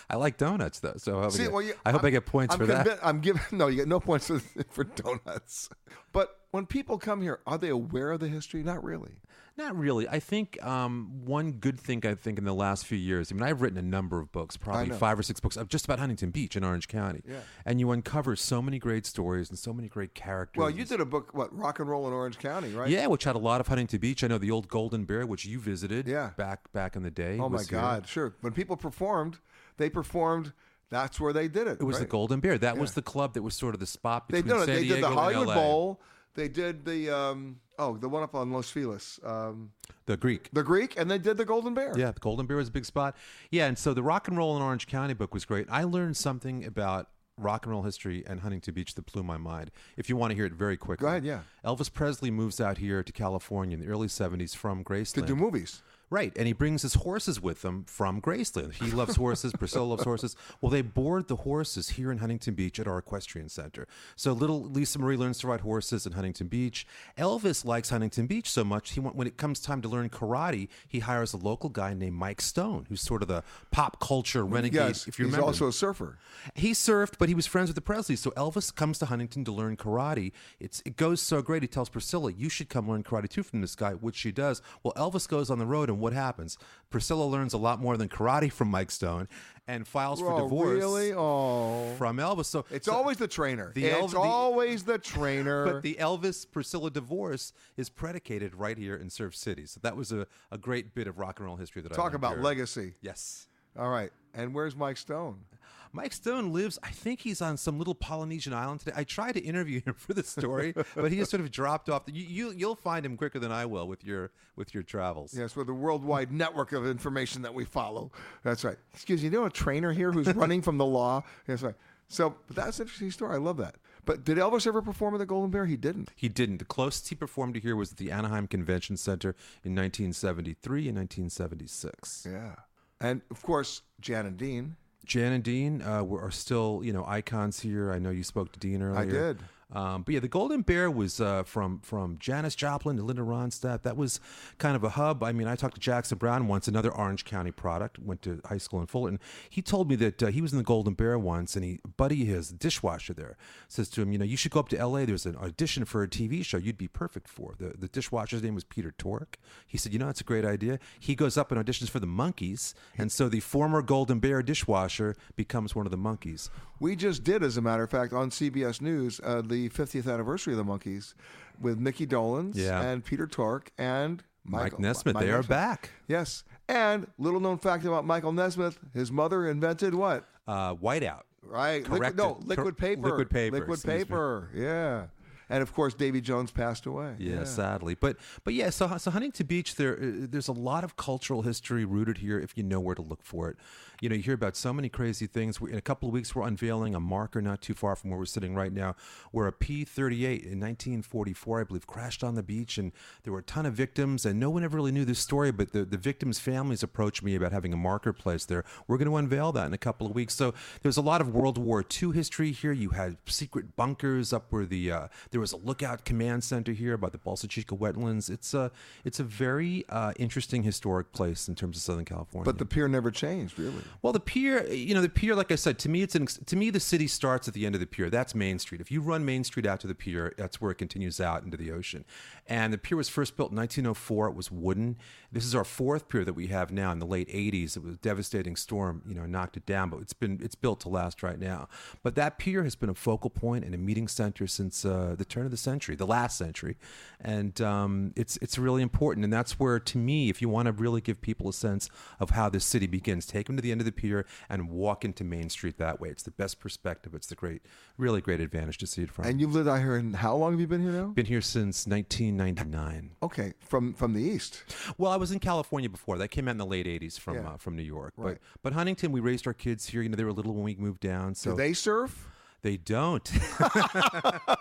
I like donuts though. So I hope, I, get, well, you- I, hope I I'm- get points I'm for convi- that. I'm giving no, you get no points for, for donuts. But when people come here, are they aware of the history? Not really. Not really. I think um, one good thing I think in the last few years. I mean, I've written a number of books, probably know. five or six books, of just about Huntington Beach in Orange County. Yeah. And you uncover so many great stories and so many great characters. Well, you did a book, what rock and roll in Orange County, right? Yeah, which had a lot of Huntington Beach. I know the old Golden Bear, which you visited. Yeah. back back in the day. Oh my was here. God! Sure. When people performed, they performed. That's where they did it. It was the right? Golden Bear. That was Yeah. the club that was sort of the spot They between did. it. San They Diego did the and Hollywood LA. Bowl. They did the um, oh the one up on Los Feliz, um, The Greek. the Greek, and they did the Golden Bear. Yeah, the Golden Bear was a big spot. Yeah, and so the Rock and Roll in Orange County book was great. I learned something about rock and roll history and Huntington Beach that blew my mind. If you want to hear it very quickly. Go ahead, yeah. Elvis Presley moves out here to California in the early 70s from Graceland. To do movies. Right, and he brings his horses with him from Graceland. He loves horses, Priscilla loves horses. Well, they board the horses here in Huntington Beach at our equestrian center. So little Lisa Marie learns to ride horses in Huntington Beach. Elvis likes Huntington Beach so much, he want, when it comes time to learn karate, he hires a local guy named Mike Stone, who's sort of the pop culture renegade. Yes, if you he's remember, also a surfer. he surfed, but he was friends with the Presley. So Elvis comes to Huntington to learn karate. It's it goes so great. He tells Priscilla, "You should come learn karate too from this guy," which she does. Well, Elvis goes on the road, and what happens? Priscilla learns a lot more than karate from Mike Stone, and files for Oh, divorce Really? Oh. from Elvis. So It's so- always the trainer. The it's Elv- the- always the trainer. But the Elvis Priscilla divorce is predicated right here in Surf City. So that was a, a great bit of rock and roll history that I Talk learned about here. legacy. Yes. All right. And where's Mike Stone? Mike Stone lives, I think he's on some little Polynesian island today. I tried to interview him for the story, but he just sort of dropped off. You, you you'll find him quicker than I will with your with your travels. Yes, with the worldwide network of information that we follow. That's right. Excuse me, you know a trainer here who's running from the law? That's right. So but that's an interesting story. I love that. But did Elvis ever perform at the Golden Bear? He didn't. He didn't. The closest he performed to here was at the Anaheim Convention Center in 1973 and 1976. Yeah. And of course, Jan and Dean. Jan and Dean uh, were, are still, you know, icons here. I know you spoke to Dean earlier. I did. Um, but yeah, the Golden Bear was uh, from from Janis Joplin to Linda Ronstadt. That was kind of a hub. I mean, I talked to Jackson Brown once, another Orange County product. Went to high school in Fullerton. He told me that uh, he was in the Golden Bear once, and he a buddy of his dishwasher there says to him, you know, you should go up to L.A. There's an audition for a TV show you'd be perfect for. The the dishwasher's name was Peter Tork. He said, you know, it's a great idea. He goes up and auditions for the Monkeys, and so the former Golden Bear dishwasher becomes one of the Monkeys. We just did, as a matter of fact, on CBS News, uh, the 50th anniversary of the Monkeys with Mickey Dolans Yeah. and Peter Tork and Mike Michael, Nesmith, they are back. Yes. And little known fact about Michael Nesmith, his mother invented what? Uh, whiteout. Right. Correct. Liquid, no, liquid Cor- paper. liquid paper, Liquid excuse me. paper. Yeah. And of course, Davy Jones passed away. Yeah, sadly, but but yeah. So so Huntington Beach, there uh, there's a lot of cultural history rooted here if you know where to look for it. You know, you hear about so many crazy things. We, in a couple of weeks, we're unveiling a marker not too far from where we're sitting right now, where a P-38 in 1944, I believe, crashed on the beach, and there were a ton of victims, and no one ever really knew this story. But the the victims' families approached me about having a marker placed there. We're going to unveil that in a couple of weeks. So there's a lot of World War II history here. You had secret bunkers up where the uh, there was a lookout command center here by the Balsa Chica wetlands. It's a it's a very uh, interesting historic place in terms of Southern California. But the pier never changed, really. Well, the pier, you know, the pier. Like I said, to me, it's an, ex- to me the city starts at the end of the pier. That's Main Street. If you run Main Street out to the pier, that's where it continues out into the ocean. And the pier was first built in 1904. It was wooden. This is our fourth pier that we have now. In the late 80s, it was a devastating storm, you know, knocked it down. But it's been it's built to last right now. But that pier has been a focal point and a meeting center since uh, the turn of the century, the last century, and um, it's it's really important. And that's where, to me, if you want to really give people a sense of how this city begins, take them to the end of the pier and walk into Main Street that way. It's the best perspective. It's the great, really great advantage to see it from. And you've lived out here, and how long have you been here now? Been here since 1999. Okay, from from the east. Well, I was in California before. That came out in the late 80s from Yeah. uh, from New York. Right. But but Huntington, we raised our kids here. You know, they were little when we moved down. So Do they surf? They don't. the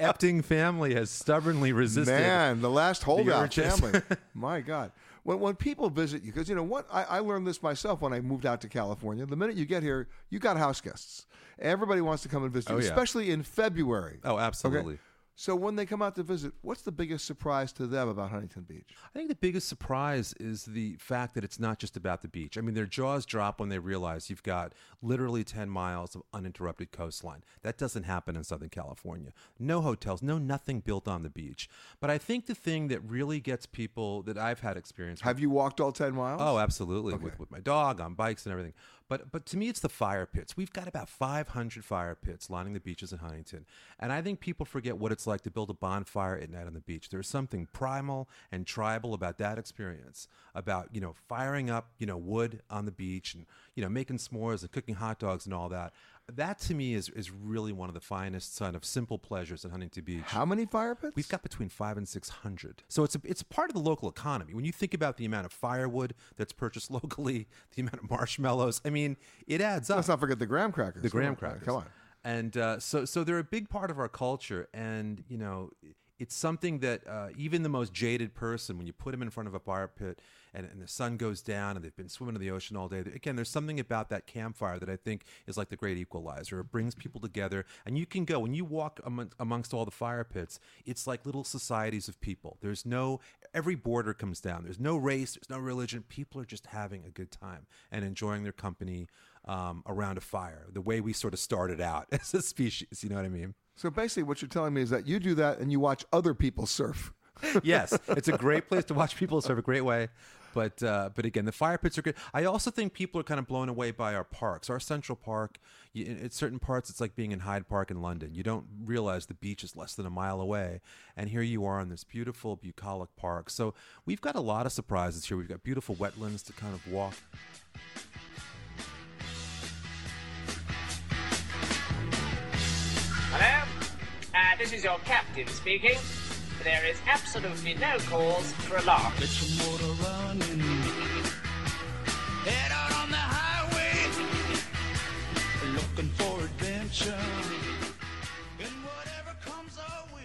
Epting family has stubbornly resisted. Man, the last holdout urges. family. My God. When, when people visit you, because you know what? I, I learned this myself when I moved out to California. The minute you get here, you got house guests. Everybody wants to come and visit Oh, you, yeah. especially in February. oh, absolutely. So when they come out to visit, what's the biggest surprise to them about Huntington Beach? I think the biggest surprise is the fact that it's not just about the beach. I mean, their jaws drop when they realize you've got literally 10 miles of uninterrupted coastline. That doesn't happen in Southern California. No hotels, no nothing built on the beach. But I think the thing that really gets people that I've had experience with. Have you walked all 10 miles? Oh, absolutely. With, with my dog, on bikes and everything. But but to me, it's the fire pits. We've got about 500 fire pits lining the beaches in Huntington. And I think people forget what it's like to build a bonfire at night on the beach. There's something primal and tribal about that experience, about, you know, firing up, you know, wood on the beach and, you know, making s'mores and cooking hot dogs and all that. That to me is, is really one of the finest kind of simple pleasures in Huntington Beach. How many fire pits? We've got between five and six hundred. So it's a, it's a part of the local economy. When you think about the amount of firewood that's purchased locally, the amount of marshmallows, I mean, it adds up. Let's not forget the graham crackers. the graham Come on, crackers. Come on. And uh, so so they're a big part of our culture, and you know. It's something that uh, even the most jaded person, when you put them in front of a fire pit and, and the sun goes down and they've been swimming in the ocean all day, again, there's something about that campfire that I think is like the great equalizer. It brings people together, and you can go when you walk among, amongst all the fire pits. It's like little societies of people. There's no every border comes down. There's no race. There's no religion. People are just having a good time and enjoying their company um, around a fire, the way we sort of started out as a species. You know what I mean? So basically, what you're telling me is that you do that and you watch other people surf. yes, it's a great place to watch people serve a great way. But uh, but again, the fire pits are good. I also think people are kind of blown away by our parks. Our Central Park, you, in, in certain parts, it's like being in Hyde Park in London. You don't realize the beach is less than a mile away, and here you are in this beautiful bucolic park. So we've got a lot of surprises here. We've got beautiful wetlands to kind of walk Hello? Uh, this is your captain speaking. There is absolutely no cause for alarm. Get your motor running. Head out on the highway, looking for adventure. And whatever comes our way.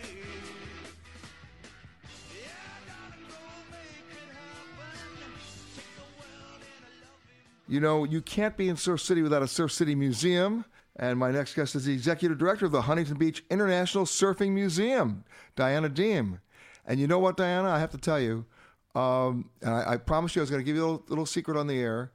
You know, you can't be in Surf City without a Surf City museum. And my next guest is the executive director of the Huntington Beach International Surfing Museum, Diana Deem. And you know what, Diana? I have to tell you, um, and I, I promised you I was going to give you a little, little secret on the air.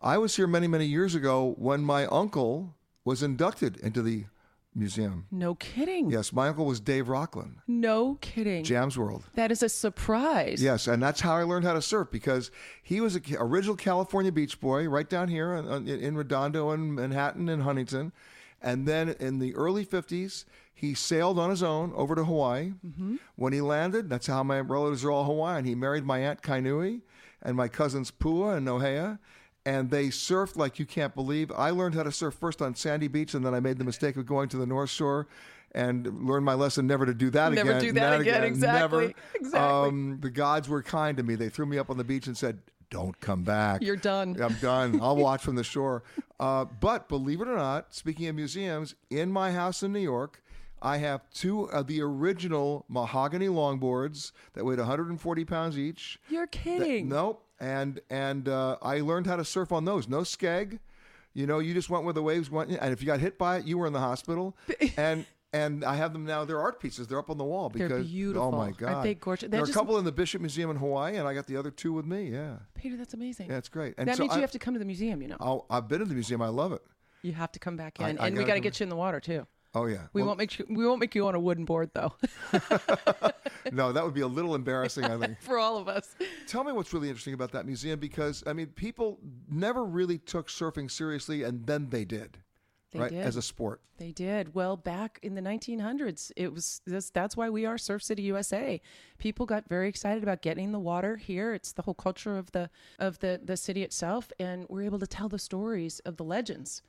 I was here many, many years ago when my uncle was inducted into the museum. No kidding. Yes, my uncle was Dave Rockland, No kidding. Jams World. That is a surprise. Yes, and that's how I learned how to surf because he was a ca- original California beach boy, right down here in- in, in Redondo and Manhattan and Huntington, and then in the early '50s he sailed on his own over to Hawaii. When he landed, that's how my relatives are all Hawaiian. He married my aunt Kainui and my cousins Pua and Nohea. And they surfed like you can't believe. I learned how to surf first on Sandy Beach, and then I made the mistake of going to the North Shore and learned my lesson never to do that Never again. do that not again, exactly, Never. exactly. Um, the gods were kind to me. They threw me up on the beach and said, Don't come back. You're done. I'm done. I'll watch from the shore. Uh, but believe it or not, speaking of museums, in my house in New York, I have two of the original mahogany longboards that weighed 140 pounds each. You're That- kidding. nope. And and uh, I learned how to surf on those. No skeg. You know, you just went where the waves went, and if you got hit by it, you were in the hospital. and and I have them now. They're art pieces. They're up on the wall They're because Oh beautiful. my Aren't god, they gorgeous? They're There are a just- couple in the Bishop Museum in Hawaii, and I got the other two with me. Yeah, Peter, that's amazing. yeah, it's great. And that so means I, you have to come to the museum, you know. I'll, I've been to the museum. I love it. you have to come back in. I- I and gotta we got to come get you in the water, too. Oh yeah. We Well, won't make you, we won't make you on a wooden board though no, that would be a little embarrassing. I think. for all of us. Tell me what's really interesting about that museum because I mean, people never really took surfing seriously, and then they did, They right? did. As a sport. They did. Well, back in the 1900s, it was this, that's why we are Surf City USA. People got very excited about getting in the water here. It's the whole culture of the of the the city itself and we're able to tell the stories of the legends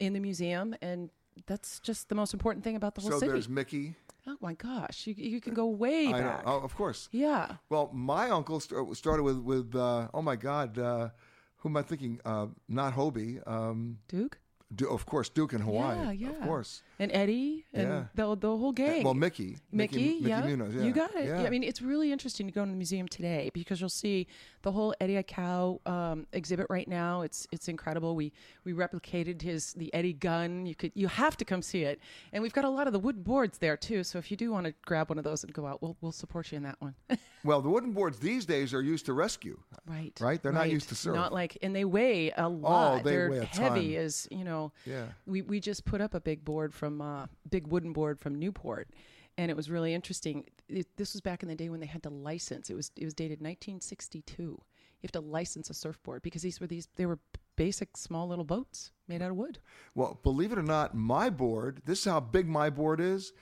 in the museum and that's just the most important thing about the whole so city. there's Mickey. oh my gosh, you, you can go way I know. back. Oh, of course. Yeah. Well, my uncle st- started with with uh, oh my God, uh, who am I thinking? Uh, not Hobie. Um, Duke. Du- of course, Duke in Hawaii. Yeah, yeah. Of course. And Eddie and Yeah. the, the whole gang. Well, Mickey. Mickey, yeah. Munoz, yeah. You got it. Yeah. I mean, it's really interesting to go in the museum today because you'll see the whole Eddie Cow um, exhibit right now. It's it's incredible. We we replicated his the Eddie gun. You could you have to come see it. And we've got a lot of the wooden boards there too. So if you do want to grab one of those and go out, we'll we'll support you in that one. well, the wooden boards these days are used to rescue. Right. Right. They're not Right. used to surf. Not like, and they weigh a lot. they are weigh a heavy ton. as you know. Yeah. We we just put up a big board from uh, big wooden board from Newport, and it was really interesting. It, this was back in the day when they had to license. It was it was dated 1962. You have to license a surfboard because these were these they were basic small little boats made out of wood. Well, believe it or not, my board. This is how big my board is.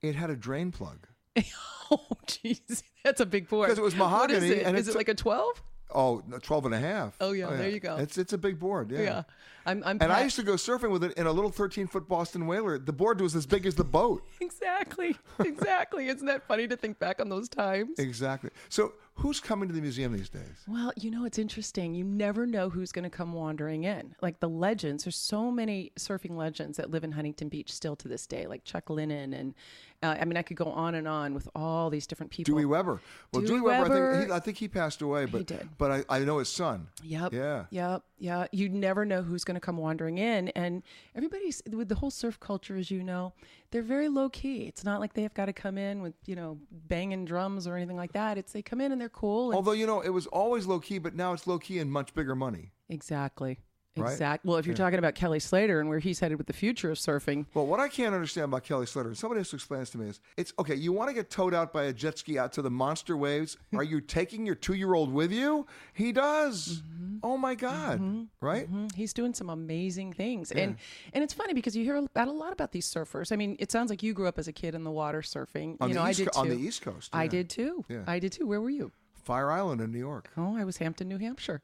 It had a drain plug. oh jeez, that's a big board. 'Because it was What is mahogany it? and Is it's it like a 12? Oh, no, 12 and a half. Oh, yeah, there you go. It's it's a big board. Yeah. Yeah. I'm I'm And I pat- used to go surfing with it in a little 13 foot Boston whaler. The board was as big as the boat. exactly exactly. Isn't that funny to think back on those times? Exactly. So, who's coming to the museum these days? Well, you know, it's interesting. You never know who's going to come wandering in. Like the legends, there's so many surfing legends that live in Huntington Beach still to this day, like Chuck Lennon. And uh, I mean, I could go on and on with all these different people. Dewey Weber. Well, Dewey Dewey, Weber, I, think, Weber. he, I think he passed away, but did. but I, I know his son. Yep. Yeah. Yep. Yeah. You never know who's going to come wandering in. And everybody's with the whole surf culture, as you know, they're very low key. It's not like they have got to come in with, you know, banging drums or anything like that. It's they come in and they're cool. And Although, you know, it was always low key, but now it's low key and much bigger money. Exactly. Right? Exact. Well, if you're Yeah. talking about Kelly Slater and where he's headed with the future of surfing, Well, what I can't understand about Kelly Slater, and somebody has to explain this to me, is it's okay, you want to get towed out by a jet ski out to the monster waves. Are you taking your two year old with you? He does. Mm-hmm. Oh, my God. Right? Mhm. he's doing some amazing things. Yeah. And and it's funny because you hear about a lot about these surfers. I mean, it sounds like you grew up as a kid in the water surfing. On you the know, I East did Co- on too. the East Coast, I yeah. did too. Yeah. I did too. Where were you? Fire Island in New York. Oh, I was Hampton, New Hampshire.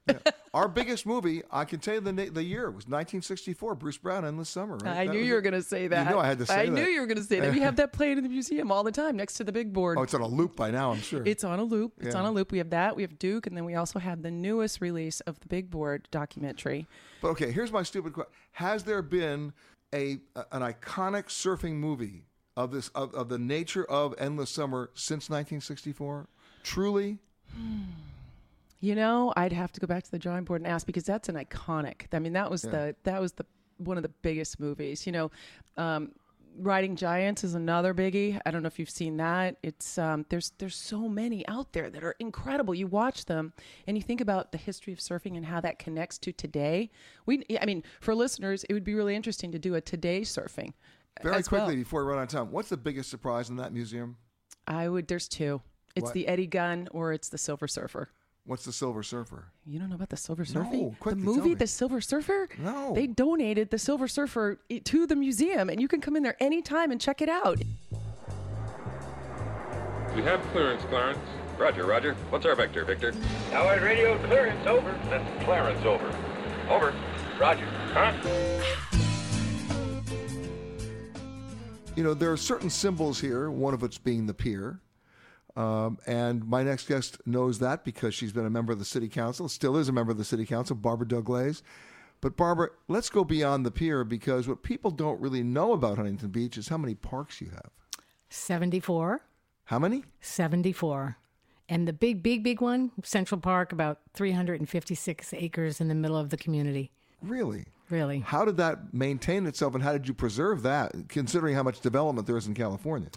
Our biggest movie, I can tell you the, na- the year, was 1964, Bruce Brown, Endless Summer. Right? I That knew was you were it. going to say that. You know I had to say I that. knew you were going to say that. We have that playing in the museum all the time next to the big board. Oh, it's on a loop by now, I'm sure. It's on a loop. It's Yeah. on a loop. We have that. We have Duke, and then we also have the newest release of the Big Board documentary. But okay, here's my stupid question: Has there been a, a- an iconic surfing movie of this of, of the nature of Endless Summer since 1964? Truly, You know, I'd have to go back to the drawing board and ask because that's an iconic. I mean, that was Yeah. the that was the one of the biggest movies. You know, um, Riding Giants is another biggie. I don't know if you've seen that. It's um, there's there's so many out there that are incredible. You watch them and you think about the history of surfing and how that connects to today. We, I mean, for listeners, it would be really interesting to do a today surfing. Very as well. quickly before we run out of time, what's the biggest surprise in that museum? I would. There's two. It's What? the Eddie Gunn or it's the Silver Surfer. What's the Silver Surfer? You don't know about the Silver No, Surfer? the quickly, tell movie, me. The Silver Surfer. No. They donated the Silver Surfer i- to the museum, and you can come in there anytime and check it out. We have clearance, Clarence. Roger, Roger. What's our vector, Victor? Howard radio clearance over. That's Clarence over. Over. Roger. Huh? You know, there are certain symbols here, one of which being the pier. Um, and my next guest knows that because she's been a member of the city council, still is a member of the city council, Barbara Douglas. But, Barbara, let's go beyond the pier because what people don't really know about Huntington Beach is how many parks you have. 74, How many? 74. And the big, big, big one, Central Park, about 356 acres in the middle of the community. Really? Really? How did that maintain itself and how did you preserve that, considering how much development there is in California?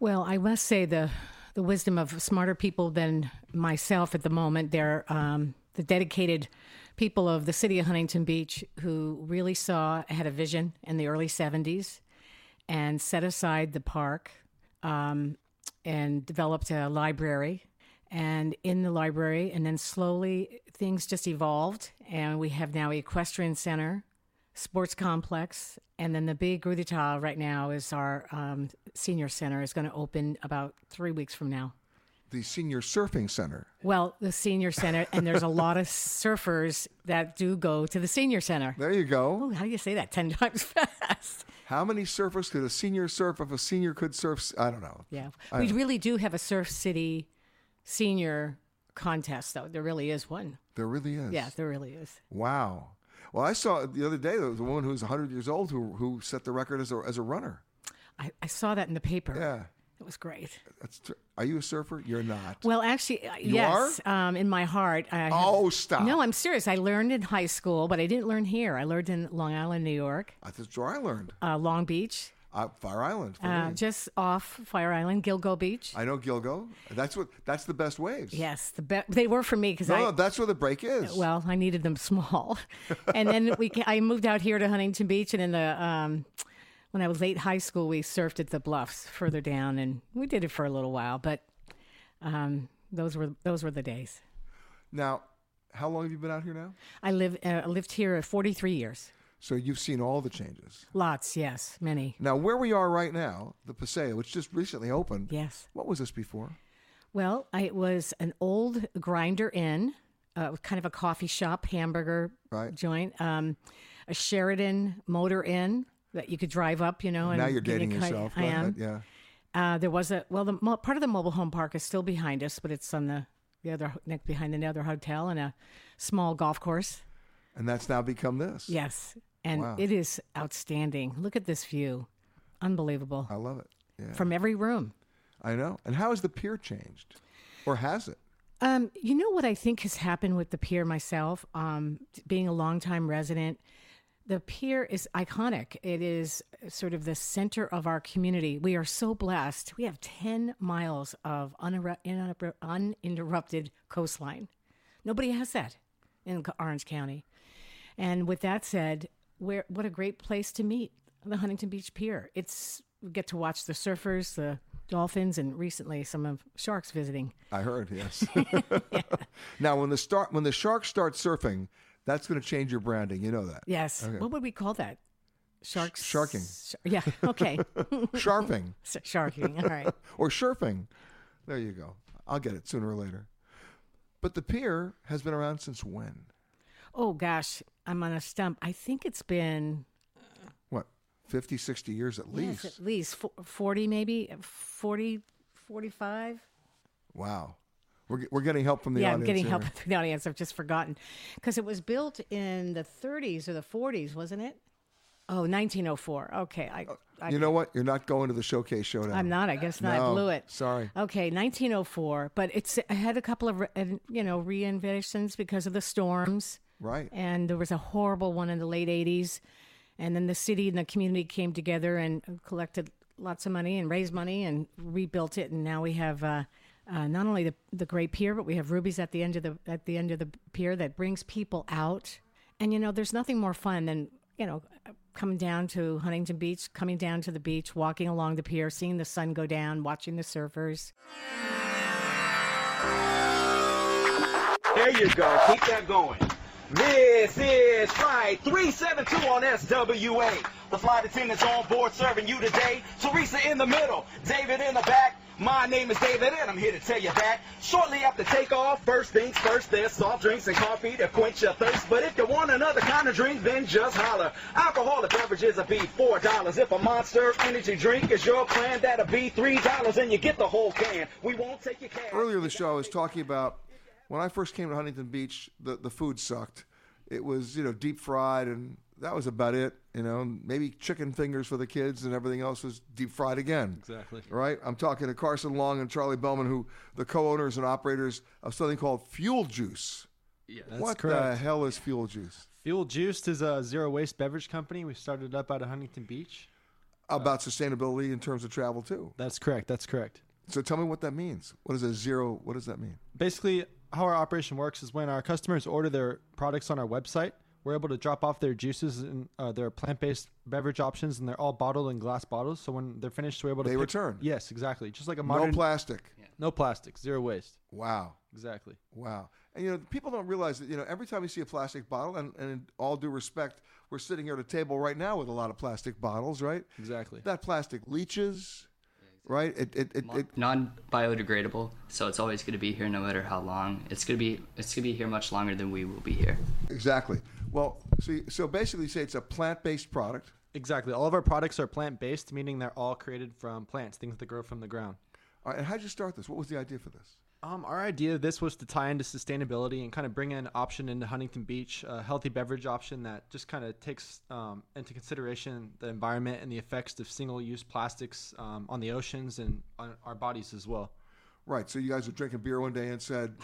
Well, I must say the the wisdom of smarter people than myself at the moment. They're um, the dedicated people of the city of Huntington Beach who really saw had a vision in the early '70s and set aside the park um, and developed a library. And in the library, and then slowly things just evolved, and we have now equestrian center sports complex and then the big Grudita right now is our um, senior center is going to open about three weeks from now The Senior Surfing Center. well the senior center and there's a lot of surfers that do go to the senior center there you go oh, how do you say that 10 times fast How many surfers could a senior surf if a senior could surf? s- I don't know. yeah I we know. really do have a surf city senior contest though there really is one There really is. yeah there really is Wow. Well, I saw the other day there was a woman who was 100 years old who, who set the record as a, as a runner. I, I saw that in the paper Yeah. it was great That's tr- Are you a surfer? You're not. Well, actually, uh, You yes. Um, in my heart, I have- Oh, stop. No, I'm serious. I learned in high school, but I didn't learn here. I learned in Long Island, New York, That's where I learned. uh, Long Beach, Uh, Fire Island. for uh, me. just off Fire Island, Gilgo Beach. I know Gilgo. That's what. That's the best waves. Yes, the be- they were for me because No, I Uh, no, that's where the break is. well, I needed them small, and then we ca- I moved out here to Huntington Beach, and in the um, when I was late high school, we surfed at the bluffs further down, and we did it for a little while, but um, those were those were the days. Now, how long have you been out here now? I live uh, I lived here 43 years. So you've seen all the changes. Lots, yes, many. Now, where we are right now, the Paseo, which just recently opened. Yes. What was this before? Well, I, it was an old grinder inn, uh, kind of a coffee shop, hamburger Right. joint, um, a Sheridan Motor Inn that you could drive up, you know. And now you're get a dating car- yourself. I but- am. but yeah. Uh, there was a well, the mo- part of the mobile home park is still behind us, but it's on the the other ho- neck behind another hotel and a small golf course. And that's now become this. Yes, and Wow. it is outstanding. Look at this view, unbelievable. I love it. Yeah. From every room. I know. And how has the pier changed? Or has it? Um, you know what I think has happened with the pier myself, um, t- being a longtime resident, the pier is iconic. It is uh, sort of the center of our community. We are so blessed. We have 10 miles of uninter- uninter- uninterrupted coastline. Nobody has that in C- Orange County. And with that said, where what a great place to meet the Huntington Beach Pier. It's we get to watch the surfers, the dolphins, and recently some of sharks visiting. I heard, yes. Now when the start when the sharks start surfing, that's gonna change your branding. You know that. Yes. Okay. What would we call that? Sharks. Sharking. yeah. Okay. Sharping. S- Sharking. All right. or surfing. There you go. I'll get it sooner or later. But the pier has been around since when? Oh gosh, I'm on a stump. I think it's been What? 50, 60 years at yes, least. at least fo- 40, maybe 40, 45. Wow. We're, ge- we're getting help from the yeah, audience. I'm getting help here. from the audience. I've just forgotten because it was built in the 30s or the 40s, wasn't it? Oh, 1904. Okay. I. I Oh, You know what? You're not going to the showcase showdown. I'm not. I guess not. I No, blew it. Sorry. Okay, 1904, but it's it had a couple of re- and, you know reinventions because of the storms, Right. and there was a horrible one in the late 80s, And then the city and the community came together and collected lots of money and raised money and rebuilt it. And now we have uh, uh, not only the, the great pier, but we have rubies at the end of the at the end of the pier that brings people out. And you know, there's nothing more fun than you know coming down to Huntington Beach, coming down to the beach, walking along the pier, seeing the sun go down, watching the surfers. There you go. Keep that going. This is Flight 372 on SWA. The flight attendants on board serving you today. Teresa in the middle, David in the back. My name is David, and I'm here to tell you that shortly after takeoff, first things first, there's soft drinks and coffee to quench your thirst. But if you want another kind of drink, then just holler. Alcoholic beverages will be $4. If a monster energy drink is your plan, that'll be $3, and you get the whole can. We won't take your cash. Earlier in the show, I was talking about when I first came to Huntington Beach, the, the food sucked. It was, you know, deep fried, and that was about it. You know, maybe chicken fingers for the kids, and everything else was deep fried again. Exactly. Right? I'm talking to Carson Long and Charlie Bellman, who the co owners and operators of something called Fuel Juice. Yeah, that's what the correct. hell is Fuel Juice? Fuel Juiced is a zero waste beverage company. We started up out of Huntington Beach. About sustainability in terms of travel, too. That's correct. That's correct. So tell me what that means. What is a zero? What does that mean? Basically, how our operation works is when our customers order their products on our website, we're able to drop off their juices and uh, their plant-based beverage options, and they're all bottled in glass bottles. So when they're finished, we're able to They pick- return. Yes, exactly. Just like a No modern plastic. no plastic, zero waste. Wow. Exactly. Wow. And you know, people don't realize that, you know, every time you see a plastic bottle, and, and in all due respect, we're sitting here at a table right now with a lot of plastic bottles, right? Exactly. That plastic leaches, right? It, it, it, it non biodegradable, so it's always going to be here no matter how long. It's going to be it's going to be here much longer than we will be here. Exactly. Well, see, so basically, say it's a plant-based product. Exactly. All of our products are plant-based, meaning they're all created from plants, things that grow from the ground. All right, and how'd you start this? What was the idea for this? Um, our idea of this was to tie into sustainability and kind of bring an option into Huntington Beach, a healthy beverage option that just kind of takes um, into consideration the environment and the effects of single-use plastics um, on the oceans and on our bodies as well. Right. So you guys were drinking beer one day and said,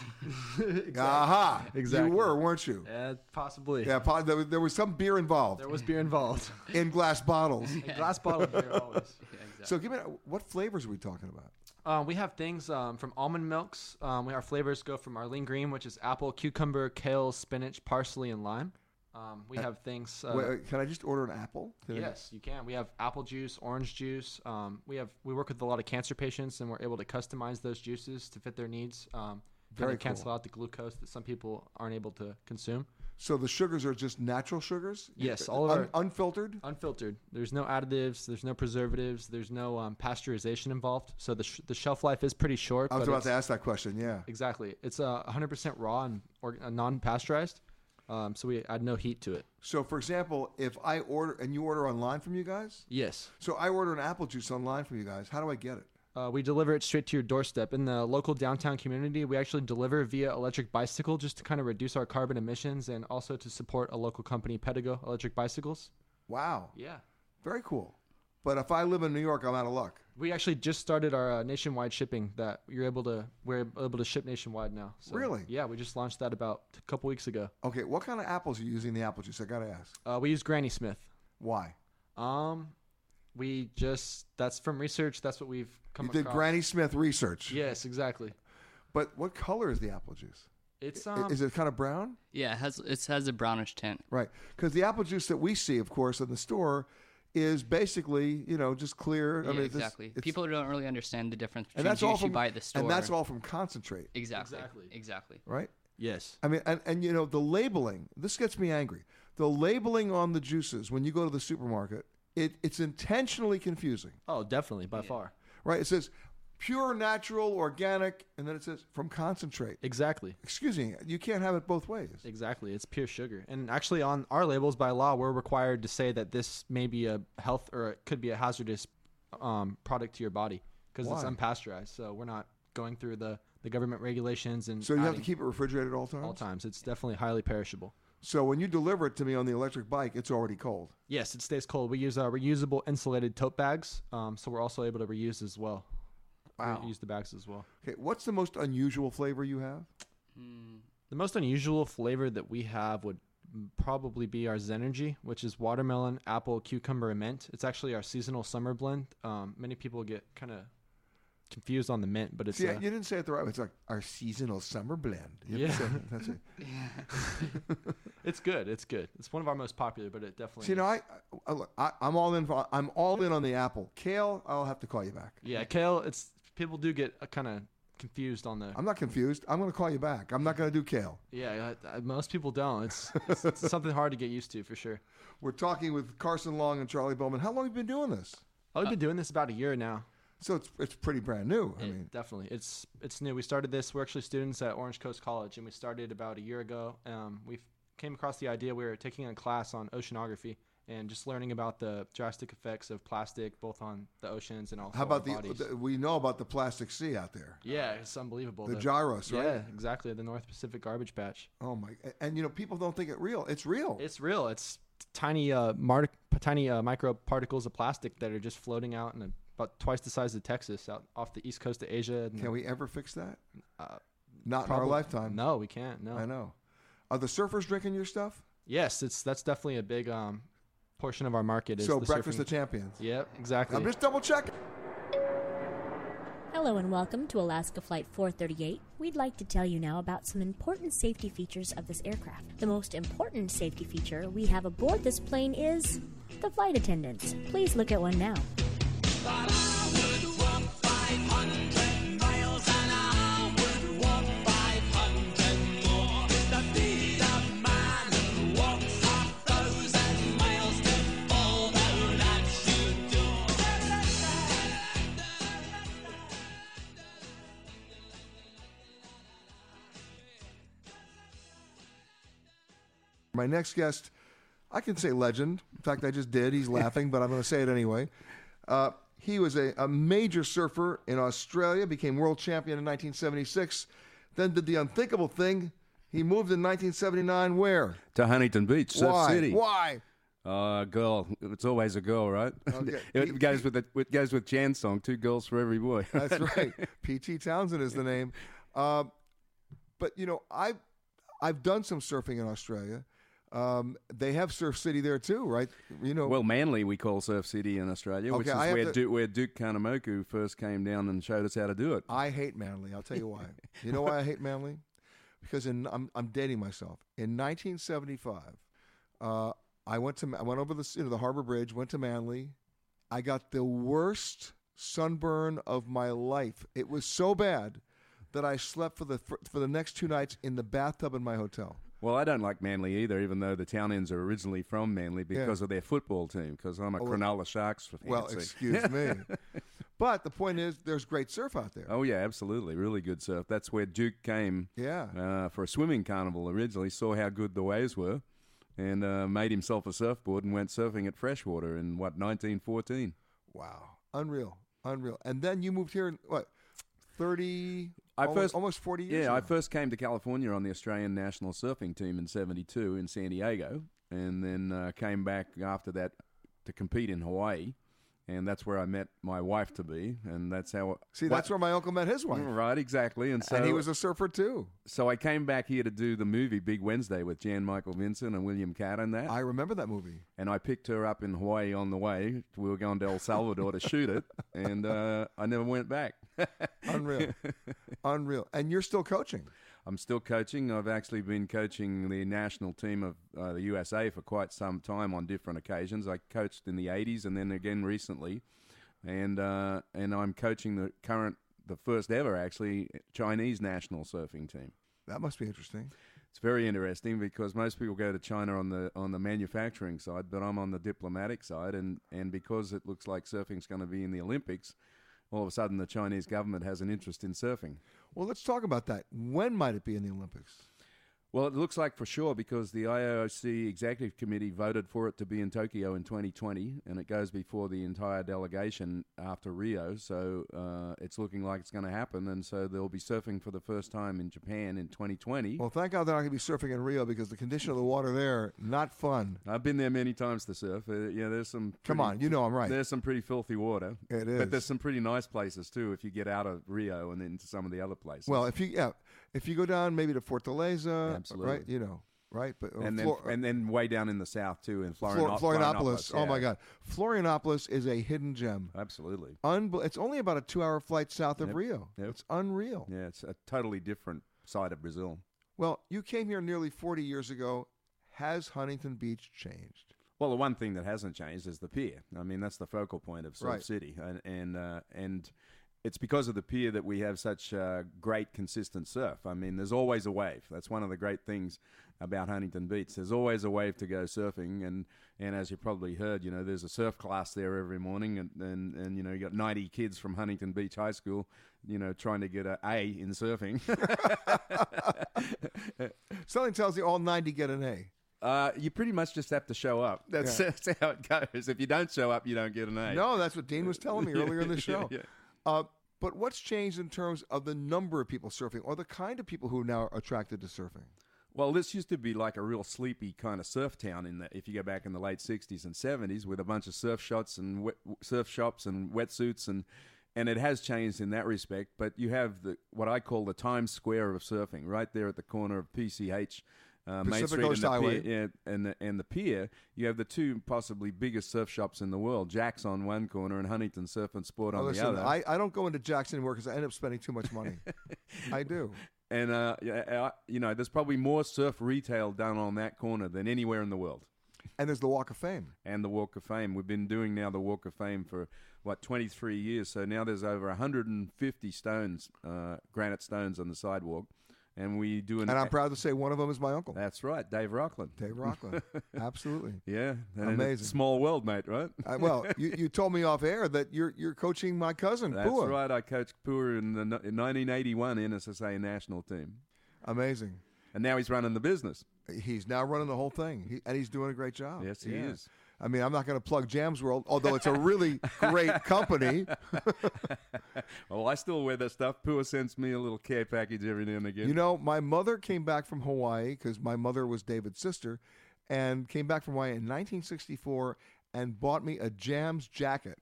"Aha!" Exactly. You were, weren't you? Yeah, possibly. Yeah. po- There was- there was some beer involved. There was beer involved. In glass bottles. A glass bottle of beer always. So give me what flavors are we talking about? Uh, we have things um, from almond milks. Um, we, our flavors go from Arlene Green, which is apple, cucumber, kale, spinach, parsley, and lime. Um, we Uh, have things. Uh, Wait, wait, can I just order an apple? Can I- yes, you can. We have apple juice, orange juice. Um, we have we work with a lot of cancer patients, and we're able to customize those juices to fit their needs. Um, kind Very of cancel cool. out the glucose that some people aren't able to consume. So the sugars are just natural sugars. Yes, Uh, all of un- our, unfiltered. Unfiltered. There's no additives. There's no preservatives. There's no um, pasteurization involved. So the, sh- the shelf life is pretty short. I was but about to it's- ask that question. Yeah. Exactly. It's uh, 100% raw and or, uh, non-pasteurized. Um, so we add no heat to it. So, for example, if I order and you order online from you guys, Yes. so I order an apple juice online from you guys. How do I get it? Uh, we deliver it straight to your doorstep. In the local downtown community, we actually deliver via electric bicycle just to kind of reduce our carbon emissions and also to support a local company, Pedigo Electric Bicycles. Wow. Oh. Yeah. Very cool. But if I live in New York, I'm out of luck. We actually just started our uh, nationwide shipping that you're able to we're able to ship nationwide now. So, Really? Yeah, we just launched that about a couple weeks ago. Okay, what kind of apples are you using in the apple juice? I gotta ask. Uh, we use Granny Smith. Why? Um, we just that's from research. That's what we've come. you did across. Granny Smith research. Yes, exactly. But what color is the apple juice? It's I- um, is it kind of brown? Yeah, it has it has a brownish tint. Right, because the apple juice that we see, of course, in the store, is basically you know just clear. Yeah, I mean, this- exactly. People don't really understand the difference between and that's all juice from you buy at the store. and that's all from concentrate. Exactly. Exactly. Exactly. right? Yes. I mean, and, and you know, the labeling, this gets me angry. The labeling on the juices when you go to the supermarket, it, it's intentionally confusing, Oh, definitely by far. right? It says pure, natural, organic, and then it says from concentrate. Exactly. Excuse me, you can't have it both ways. Exactly. It's pure sugar. And actually, on our labels by law, we're required to say that this may be a health or it could be a hazardous um, product to your body because it's Why? unpasteurized. So we're not going through the, the government regulations and So you have to adding- keep it refrigerated at all times? all times. It's definitely highly perishable. So when you deliver it to me on the electric bike, it's already cold. Yes, it stays cold. We use uh, reusable insulated tote bags, um, so we're also able to reuse as well. Wow. Use the bags as well. Okay, what's the most unusual flavor you have? The most unusual flavor that we have would probably be our Zenergy, which is watermelon, apple, cucumber, and mint. It's actually our seasonal summer blend. Um, many people get kind of confused on the mint, but it's yeah, uh, you didn't say it the right way. It's like our seasonal summer blend. You Yeah. said- that's it. it's good. It's good. It's one of our most popular, but it definitely. So, you know, I, I, look, I I'm all in. For, I'm all in on the apple. Kale, I'll have to call you back. yeah, kale. It's people do get uh, kind of confused on the. I'm not confused. I'm going to call you back. I'm not going to do kale. Yeah, I, I, most people don't. It's, it's, it's something hard to get used to for sure. We're talking with Carson Long and Charlie Bowman. How long have you been doing this? I've Oh, been doing this about a year now. So it's it's pretty brand new. I It- mean, definitely, it's it's new. We started this. We're actually students at Orange Coast College, and we started about a year ago. Um, we came across the idea. We were taking a class on oceanography and just learning about the drastic effects of plastic, both on the oceans and also how about our the, bodies. the- we know about the plastic sea out there? yeah, it's unbelievable. the gyros, right? Yeah, exactly. The North Pacific garbage patch. Oh my! And you know, people don't think it real. It's real. It's real. It's tiny, uh, mar- tiny uh, micro particles of plastic that are just floating out in a, about twice the size of Texas, out off the east coast of Asia. and- Can we ever fix that? Uh, Not in probably- our lifetime. No, we can't. No, I know. Are the surfers drinking your stuff? Yes, it's that's definitely a big um, portion of our market. Is So the Breakfast surfing. of Champions. Yep, exactly. I'm just double checking. Hello and welcome to Alaska Flight 438. We'd like to tell you now about some important safety features of this aircraft. The most important safety feature we have aboard this plane is the flight attendants. Please look at one now. My next guest, I can say legend. In fact, I just did. He's laughing, but I'm going to say it anyway. Uh, he was a, a major surfer in Australia, became world champion in 1976, then did the unthinkable thing. He moved in 1979 where? to Huntington Beach, Surf Why? City. Why? Uh, girl. It's always a girl, right? Okay. it goes with the, it goes with Jan's song, two girls for every boy. That's right. P.T. Townsend is the name. Uh, but you know, I I've done some surfing in Australia. Um, they have Surf City there too, right? You know, Well, Manly we call Surf City in Australia, which Okay, is I have where, to- du- where Duke Kanemoku first came down and showed us how to do it. I hate Manly. I'll tell you why. You know why I hate Manly? Because in I'm, I'm dating myself. In 1975, uh, I went to Ma- I went over the you know, the Harbor Bridge, went to Manly. I got the worst sunburn of my life. It was so bad that I slept for the fir- for the next two nights in the bathtub in my hotel. Well, I don't like Manly either, even though the Townends are originally from Manly Yeah. because of their football team. Because I'm a Oh, well- Cronulla Sharks fan. Well, so- excuse me. But the point is, there's great surf out there. Oh yeah, absolutely, really good surf. That's where Duke came. Yeah. Uh, for a swimming carnival originally, saw how good the waves were, and uh, made himself a surfboard and went surfing at freshwater in what 1914. Wow, unreal, unreal. And then you moved here. in, What? Thirty. I almost, first almost forty years. Yeah, now. I first came to California on the Australian national surfing team in '72 in San Diego, and then uh, came back after that to compete in Hawaii, and that's where I met my wife to be, and that's how. See, that's where my uncle met his wife. Right, exactly, and Mm. so and he was a surfer too. So I came back here to do the movie Big Wednesday with Jan Michael Vincent and William Cadden. That I remember that movie. And I picked her up in Hawaii on the way. We were going to El Salvador to shoot it, and uh, I never went back. Unreal, unreal. And you're still coaching. I'm still coaching. I've actually been coaching the national team of uh, the USA for quite some time on different occasions. I coached in the 80s and then again recently, and uh, and I'm coaching the current, the first ever actually Chinese national surfing team. That must be interesting. It's very interesting because most people go to China on the on the manufacturing side, but I'm on the diplomatic side, and and because it looks like surfing's going to be in the Olympics, all of a sudden the Chinese government has an interest in surfing. Well, let's talk about that. When might it be in the Olympics? Well, it looks like for sure because the IOC Executive Committee voted for it to be in Tokyo in 2020, and it goes before the entire delegation after Rio. So uh, it's looking like it's going to happen, and so there'll be surfing for the first time in Japan in 2020. Well, thank God they're not going to be surfing in Rio because the condition of the water there not fun. I've been there many times to surf. Uh, yeah, there's some. Come pretty- on, you know I'm right. There's some pretty filthy water. It is. But there's some pretty nice places too if you get out of Rio and into some of the other places. Well, if you yeah, if you go down maybe to Fortaleza, Absolutely. right? You know, right? But and then uh, Flor- and then way down in the south too in Flor- Florianop- Florianopolis. Oh my yeah. God, Florianopolis is a hidden gem. Absolutely. Unbel- it's only about a two-hour flight south of Yep. Rio. Yep. It's unreal. Yeah, it's a totally different side of Brazil. Well, you came here nearly 40 years ago. Has Huntington Beach changed? Well, the one thing that hasn't changed is the pier. I mean, that's the focal point of Surf Right. City, and and uh, and it's because of the pier that we have such uh, great consistent surf. I mean, there's always a wave. That's one of the great things about Huntington Beach. There's always a wave to go surfing, and and as you probably heard, you know, there's a surf class there every morning, and and, and you know, you got 90 kids from Huntington Beach High School, you know, trying to get a A in surfing. Something tells you all 90 get an A. Uh, you pretty much just have to show up. That's, Yeah. that's how it goes. If you don't show up, you don't get an A. No, that's what Dean was telling me earlier in the Yeah, show. yeah. Uh, but what's changed in terms of the number of people surfing or the kind of people who now are attracted to surfing? Well, this used to be like a real sleepy kind of surf town. In the if you go back in the late '60s and '70s, with a bunch of surf shots and wet, surf shops and wetsuits, and and it has changed in that respect. But you have the what I call the Times Square of surfing, right there at the corner of PCH. Uh, Main Pacific Street and Coast the Highway. Pier, yeah, and the, and the pier, you have the two possibly biggest surf shops in the world. Jack's on one corner and Huntington Surf and Sport on Oh, the listen, other. I, I don't go into Jackson anymore because I end up spending too much money. I do. and uh, yeah, I- you know, there's probably more surf retail done on that corner than anywhere in the world. And there's the Walk of Fame. And the Walk of Fame. We've been doing now the Walk of Fame for what 23 years. So now there's over 150 stones, uh, granite stones on the sidewalk, and we do an. And I'm proud to say one of them is my uncle, That's right, Dave Rockland. Dave Rockland. Absolutely. yeah, and Amazing. Small world, mate. Right. Uh, well, you, you told me off air that you're you're coaching my cousin. That's Pua. right. I coached Pua in the no- in 1981 NSSA national team. Amazing. And now he's running the business. He's now running the whole thing, he, and he's doing a great job. Yes, he is. I mean, I'm not going to plug Jams World, although it's a really great company. Well, Oh, I still wear that stuff. Pua sends me a little care package every now and again. You know, my mother came back from Hawaii because my mother was David's sister, and came back from Hawaii in 1964 and bought me a Jams jacket.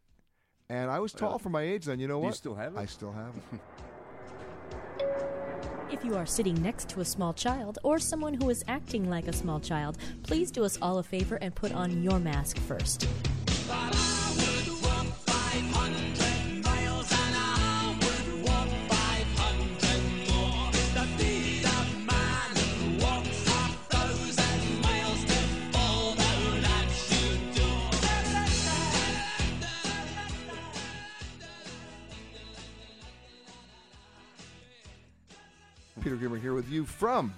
And I was tall for my age then. You know Do you what? still have it? I still have it. If you are sitting next to a small child or someone who is acting like a small child, please do us all a favor and put on your mask first. Peter Grimmer here with you from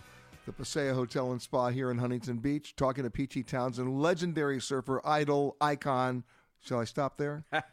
the Paseo Hotel and Spa here in Huntington Beach, talking to Peachy Townsend, legendary surfer, idol, icon. Shall I stop there?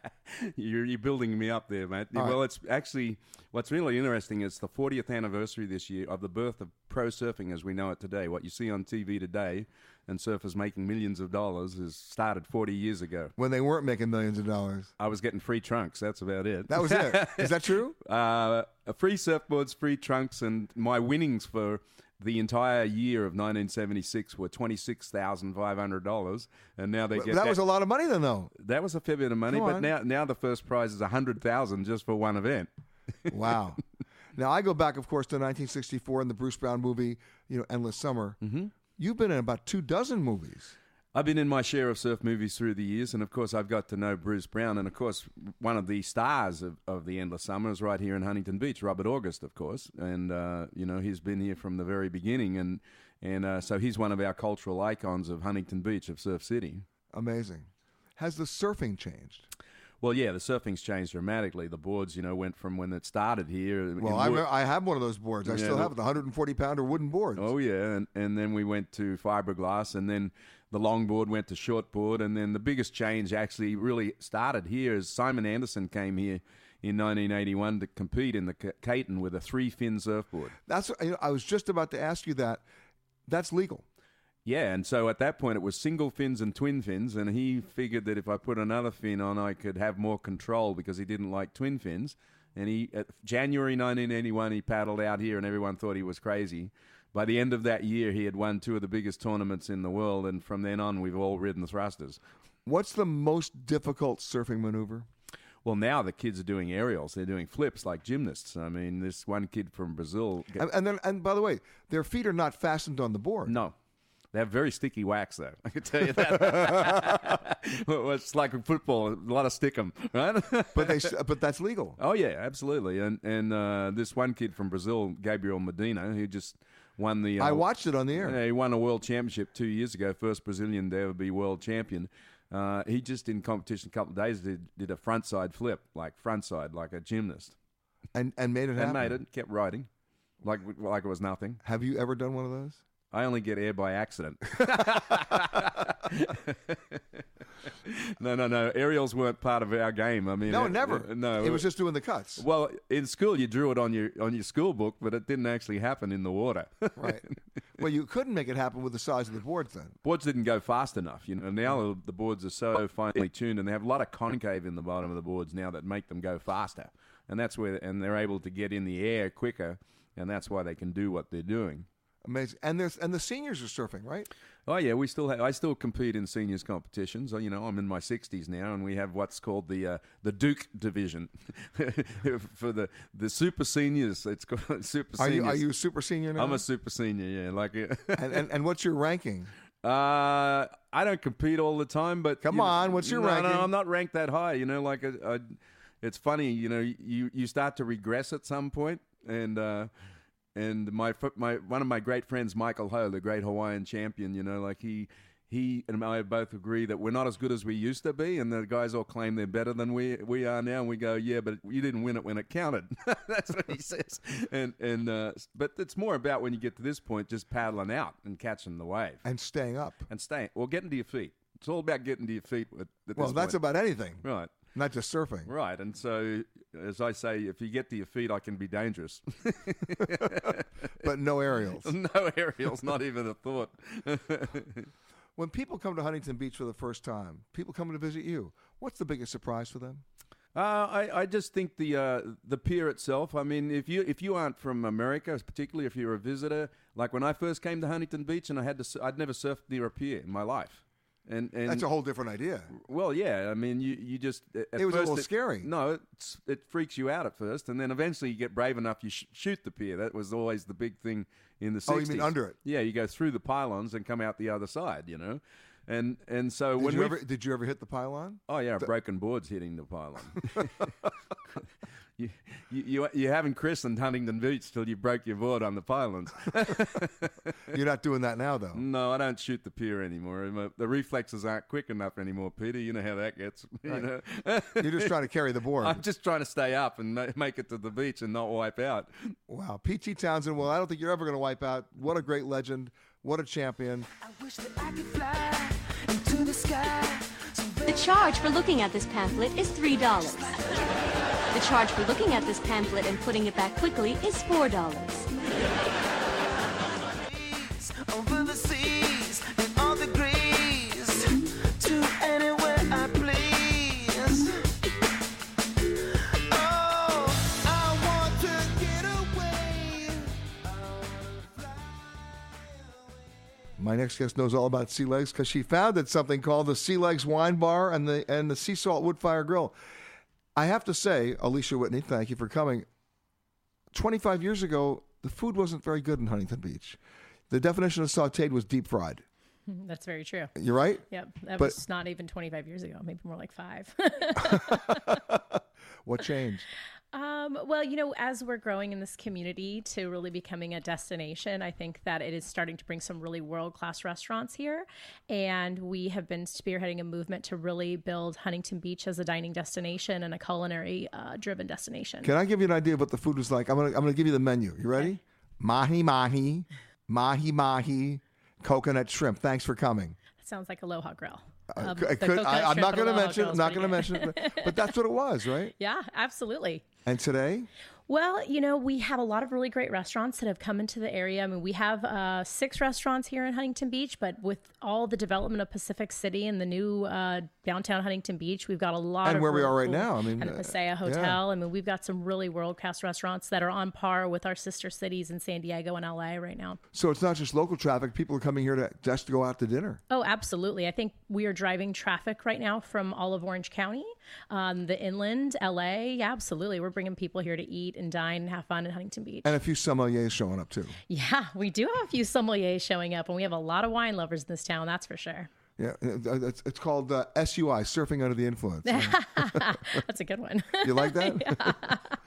you're, you're building me up there, mate. All right. Well, it's actually what's really interesting is the 40th anniversary this year of the birth of pro surfing as we know it today. What you see on TV today and surfers making millions of dollars is started 40 years ago. When they weren't making millions of dollars. I was getting free trunks. That's about it. That was it. Is that true? Uh, free surfboards, free trunks, and my winnings for the entire year of 1976 were twenty six thousand five hundred dollars, and now they But get that was a lot of money then, though. That was a fair bit of money, Go but on. now now the first prize is a hundred thousand just for one event. Wow. now I go back, of course, to 1964 and the Bruce Brown movie, you know, Endless Summer. Mm-hmm. You've been in about two dozen movies. I've been in my share of surf movies through the years, and of course, I've got to know Bruce Brown. And of course, one of the stars of, of The Endless Summer is right here in Huntington Beach, Robert August, of course. And, uh, you know, he's been here from the very beginning. And, and uh, so he's one of our cultural icons of Huntington Beach, of Surf City. Amazing. Has the surfing changed? Well, yeah, the surfing's changed dramatically. The boards, you know, went from when it started here. in Well, I, wood- remember, I have one of those boards. I Yeah, still the- have it, the 140 pounder wooden board. Oh yeah, and and then we went to fiberglass, and then the longboard went to shortboard, and then the biggest change actually really started here is Simon Anderson came here in 1981 to compete in the Ca- Caton with a three fin surfboard. That's you know, I was just about to ask you that. That's legal. Yeah, and so at that point it was single fins and twin fins, and he figured that if I put another fin on, I could have more control because he didn't like twin fins. And he, at January 1981, he paddled out here, and everyone thought he was crazy. By the end of that year, he had won two of the biggest tournaments in the world, and from then on, we've all ridden thrusters. What's the most difficult surfing maneuver? Well, now the kids are doing aerials; they're doing flips like gymnasts. I mean, this one kid from Brazil. And, and then, and by the way, their feet are not fastened on the board. No. They have very sticky wax, though. I can tell you that. Well, it's like in football, a lot of stick 'em, right? but they, uh, but that's legal. Oh yeah, absolutely. And and uh, this one kid from Brazil, Gabriel Medina, who just won the. uh, I watched it on the air. Yeah, he won a world championship two years ago, first Brazilian to ever be world champion. Uh, he just in competition a couple of days did, did a front side flip, like front side, like a gymnast, and and made it and happen. made it. Kept riding, like like it was nothing. Have you ever done one of those? I only get air by accident. no, no, no. Aerials weren't part of our game. I mean, No, uh, never. uh, no, It was just doing the cuts. Well, in school you drew it on your on your school book, but it didn't actually happen in the water. right. Well, you couldn't make it happen with the size of the boards then. boards didn't go fast enough. You know, now the boards are so finely tuned, and they have a lot of concave in the bottom of the boards now that make them go faster, and that's where and they're able to get in the air quicker, and that's why they can do what they're doing. Amazing. And there's and the seniors are surfing, right? Oh yeah, we still have, I still compete in seniors competitions. Uh, You know, I'm in my 60s now, and we have what's called the uh, the Duke division for the the super seniors. It's called super. Are you- are seniors. you a super senior now? I'm a super senior. Yeah, like. And and, and what's your ranking? Uh, I don't compete all the time, but Come you know- on, what's your no, ranking? No, I'm not ranked that high. You know, like uh, uh, it's funny. You know, you you start to regress at some point, and uh, and my fr- my one of my great friends, Michael Ho, the great Hawaiian champion. You know, like he. He and I both agree that we're not as good as we used to be, and the guys all claim they're better than we we are now. And we go, yeah, but you didn't win it when it counted. That's what he says. And and uh, but it's more about when you get to this point, just paddling out and catching the wave And staying up. and staying. Well, getting to your feet. It's all about getting to your feet. At, at Well, this that's point. about anything, Right. not just surfing. Right. And so, as I say, if you get to your feet, I can be dangerous. But no aerials. no aerials, not even a thought. When people come to Huntington Beach for the first time, people come to visit you. What's the biggest surprise for them? Uh, I, I just think the uh, the pier itself. I mean, if you if you aren't from America, particularly if you're a visitor, like when I first came to Huntington Beach and I had to, su- I'd never surfed near a pier in my life, and, and That's a whole different idea. Well, yeah. I mean, you you just at It was a first little scary. No, it's, it freaks you out at first, and then eventually you get brave enough. You sh- shoot the pier. That was always the big thing in the 60s. Oh, you mean under it? Yeah, you go through the pylons and come out the other side. You know, and and so Did Uh, when you we ever did you ever hit the pylon? Oh yeah, broken boards hitting the pylon. you, you, you, you haven't christened Huntington Beach till you broke your board on the pylons. You're not doing that now, though. No, I don't shoot the pier anymore. My- The reflexes aren't quick enough anymore, Peter. You know how that gets. You Right. know? You're just trying to carry the board. I'm just trying to stay up and ma- make it to the beach and not wipe out. Wow, P.T. Uh, Townsend. Well, I don't think you're ever going to wipe out. What a great legend! What a champion! The charge for looking at this pamphlet is $3. The charge for looking at this pamphlet and putting it back quickly is $4. Over the seas and all degrees to anywhere I please. Oh, I want to get away. My next guest knows all about sea legs because she founded something called the Sea Legs Wine Bar and the and the Sea Salt Wood Fire Grill. I have to say, Alicia Whitney, thank you for coming. Twenty five years ago, the food wasn't very good in Huntington Beach. The definition of sautéed was deep fried. That's very true. You're right. Yep. That But- was not even 25 years ago, maybe more like five. What changed? Um, well, you know, as we're growing in this community to really becoming a destination, I think that it is starting to bring some really world class restaurants here. And we have been spearheading a movement to really build Huntington Beach as a dining destination and a culinary uh, driven destination. Can I give you an idea of what the food was like? I'm gonna I'm gonna give you the menu. You ready? Mahi mahi, mahi mahi, coconut shrimp. Thanks for coming. That sounds like Aloha Grill. I Um, cou- I the Uh, could- coconut I, am shrimp not at going to Aloha mention. Grill it, is Not pretty going to good. mention it, but, but that's what it was, right? Yeah, absolutely. And today, Well, you know, we have a lot of really great restaurants that have come into the area. I mean, we have uh, six restaurants here in Huntington Beach, but with all the development of Pacific City and the new uh, downtown Huntington Beach. We've got a lot And of where we really are right cool- now, I mean, and the uh, Paseo Hotel. yeah. I mean, we've got some really world class restaurants that are on par with our sister cities in San Diego and LA right now. So it's not just local traffic. People are coming here to just to go out to dinner. Oh, absolutely. I think we are driving traffic right now from all of Orange County, um, the inland, LA. Yeah, absolutely. We're bringing people here to eat and dine and have fun in Huntington Beach. And a few sommeliers showing up too. Yeah, we do have a few sommeliers showing up, and we have a lot of wine lovers in this town, that's for sure. Yeah, uh, it's, it's called uh, SUI, surfing under the influence. that's a good one. You like that?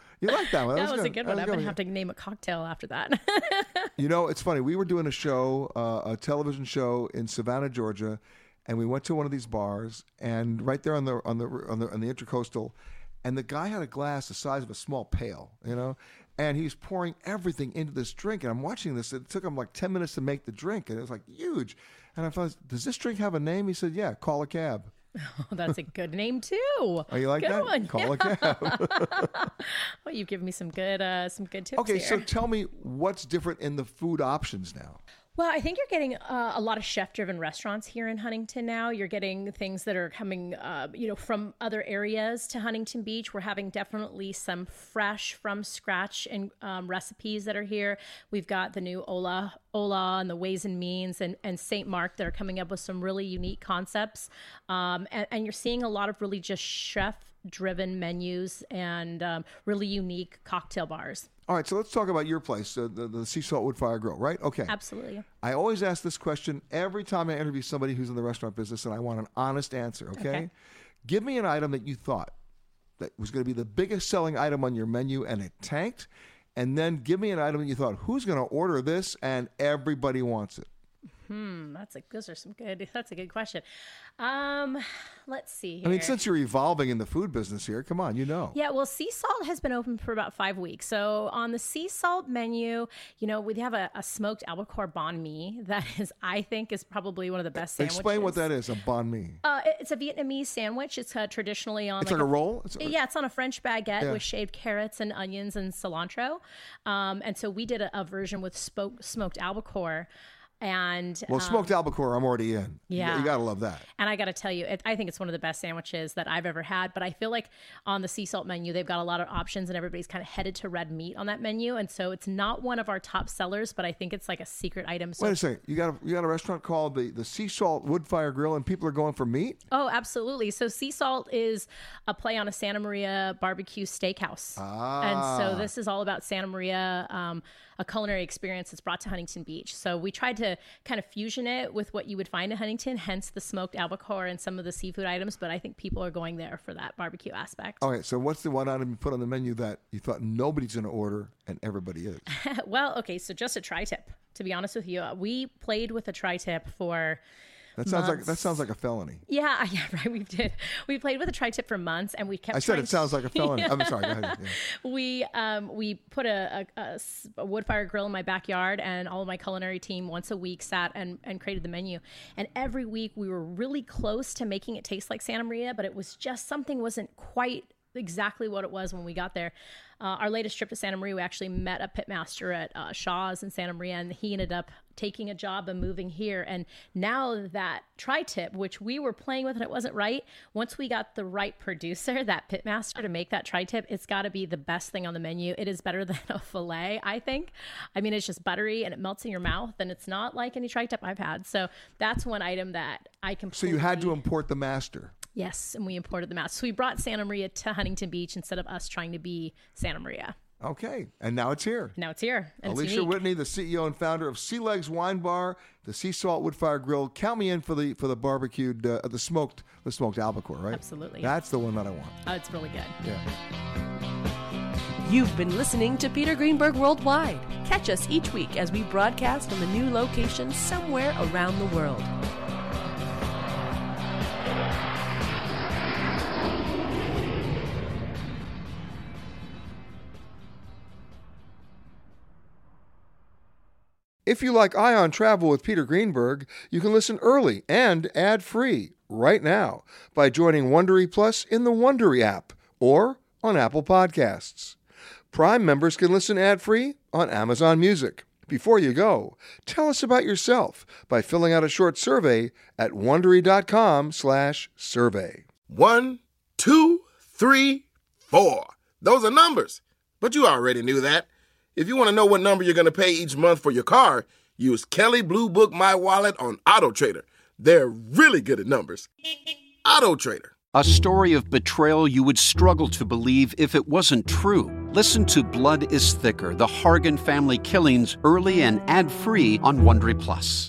you like that one? That was, a good. good That one. was I'm good going to have to name a cocktail after that. You know, it's funny. We were doing a show, uh, a television show in Savannah, Georgia, and we went to one of these bars, and right there on the on the on the, on the intercoastal, and the guy had a glass the size of a small pail, you know, and he's pouring everything into this drink, and I'm watching this. It took him like ten minutes to make the drink, and it was like huge. And I thought, does this drink have a name? He said, Yeah, call a cab. Oh, that's a good name, too. Oh, you like good that? One. Call a yeah. cab. Well, you've given me some good, uh, some good tips okay, here. so tell me what's different in the food options now. Well, I think you're getting uh, a lot of chef-driven restaurants here in Huntington now. You're getting things that are coming, uh, you know, from other areas to Huntington Beach. We're having definitely some fresh, from scratch, and um, recipes that are here. We've got the new Ola, Ola, and the Ways and Means, and and Saint Mark that are coming up with some really unique concepts. Um, and, and you're seeing a lot of really just chef-driven menus and um, really unique cocktail bars. All right, so let's talk about your place, uh, the, the Sea Salt Wood Fire Grill, right? Okay. Absolutely. I always ask this question every time I interview somebody who's in the restaurant business, and I want an honest answer, okay? Okay. Give me an item that you thought that was going to be the biggest selling item on your menu and it tanked, and then give me an item that you thought, who's going to order this and everybody wants it? Hmm, that's a those are some good. That's a good question. Um, let's see. Here. I mean, since you're evolving in the food business here, come on, you know. yeah, well, sea salt has been open for about five weeks. So on the sea salt menu, you know, we have a, a smoked albacore banh mi that is, I think, is probably one of the best sandwiches. Explain what that is, a banh mi. Uh, it- it's a Vietnamese sandwich. It's uh, traditionally on. It's like a roll? It's- yeah, it's on a French baguette Yeah. with shaved carrots and onions and cilantro. Um, and so we did a, a version with spoke, smoked albacore, and Well, um, smoked albacore, I'm already in. You- yeah. You got to love that. And I got to tell you, it, I think it's one of the best sandwiches that I've ever had. But I feel like on the sea salt menu, they've got a lot of options, and everybody's kind of headed to red meat on that menu. And so it's not one of our top sellers, but I think it's like a secret item. So Wait a second. You got a, you got a restaurant called the, the Sea Salt Wood Fire Grill, and people are going for meat? Oh, absolutely. So sea salt is a play on a Santa Maria barbecue steakhouse. And Ah. so this is all about Santa Maria, um, a culinary experience that's brought to Huntington Beach. So we tried to kind of fusion it with what you would find in Huntington, hence the smoked albacore and some of the seafood items. But I think people are going there for that barbecue aspect. All right, so what's the one item you put on the menu that you thought nobody's going to order and everybody is? well, okay. So just a tri tip, to be honest with you. We played with a tri tip for. That sounds like that months. sounds like a felony. Yeah, yeah, right. We did. We played with a tri-tip for months, and we kept. I said trying- it sounds like a felony. I'm sorry. Go ahead. Yeah. We um we put a, a- a s- a wood fire grill in my backyard, and all of my culinary team once a week sat and and created the menu. And every week we were really close to making it taste like Santa Maria, but it was just something wasn't quite exactly what it was when we got there. Uh, our latest trip to Santa Maria, we actually met a pitmaster at uh, Shaw's in Santa Maria, and he ended up taking a job and moving here. And now that tri tip, which we were playing with and it wasn't right, once we got the right producer, that pitmaster, to make that tri tip, it's got to be the best thing on the menu. It is better than a filet, I think. I mean, it's just buttery and it melts in your mouth, and it's not like any tri tip I've had. So that's one item that I can. So you had to import the master. Yes, and we imported them out. So we brought Santa Maria to Huntington Beach instead of us trying to be Santa Maria. Okay, and now it's here. Now it's here. And it's Alicia unique. Whitney, the CEO and founder of Sea Legs Wine Bar, the Sea Salt Woodfire Grill. Count me in for the for the barbecued, uh, the smoked, the smoked albacore, right? Absolutely. That's the one that I want. Oh, it's really good. Yeah. You've been listening to Peter Greenberg Worldwide. Catch us each week as we broadcast from a new location somewhere around the world. If you like Ion Travel with Peter Greenberg, you can listen early and ad-free right now by joining Wondery Plus in the Wondery app or on Apple Podcasts. Prime members can listen ad-free on Amazon Music. Before you go, tell us about yourself by filling out a short survey at wondery.com/survey. One, two, three, four. Those are numbers. But you already knew that. If you want to know what number you're going to pay each month for your car, use Kelly Blue Book My Wallet on Auto Trader. They're really good at numbers. Auto Trader. A story of betrayal you would struggle to believe if it wasn't true. Listen to Blood is Thicker The Hargan Family Killings early and ad free on Wondery Plus.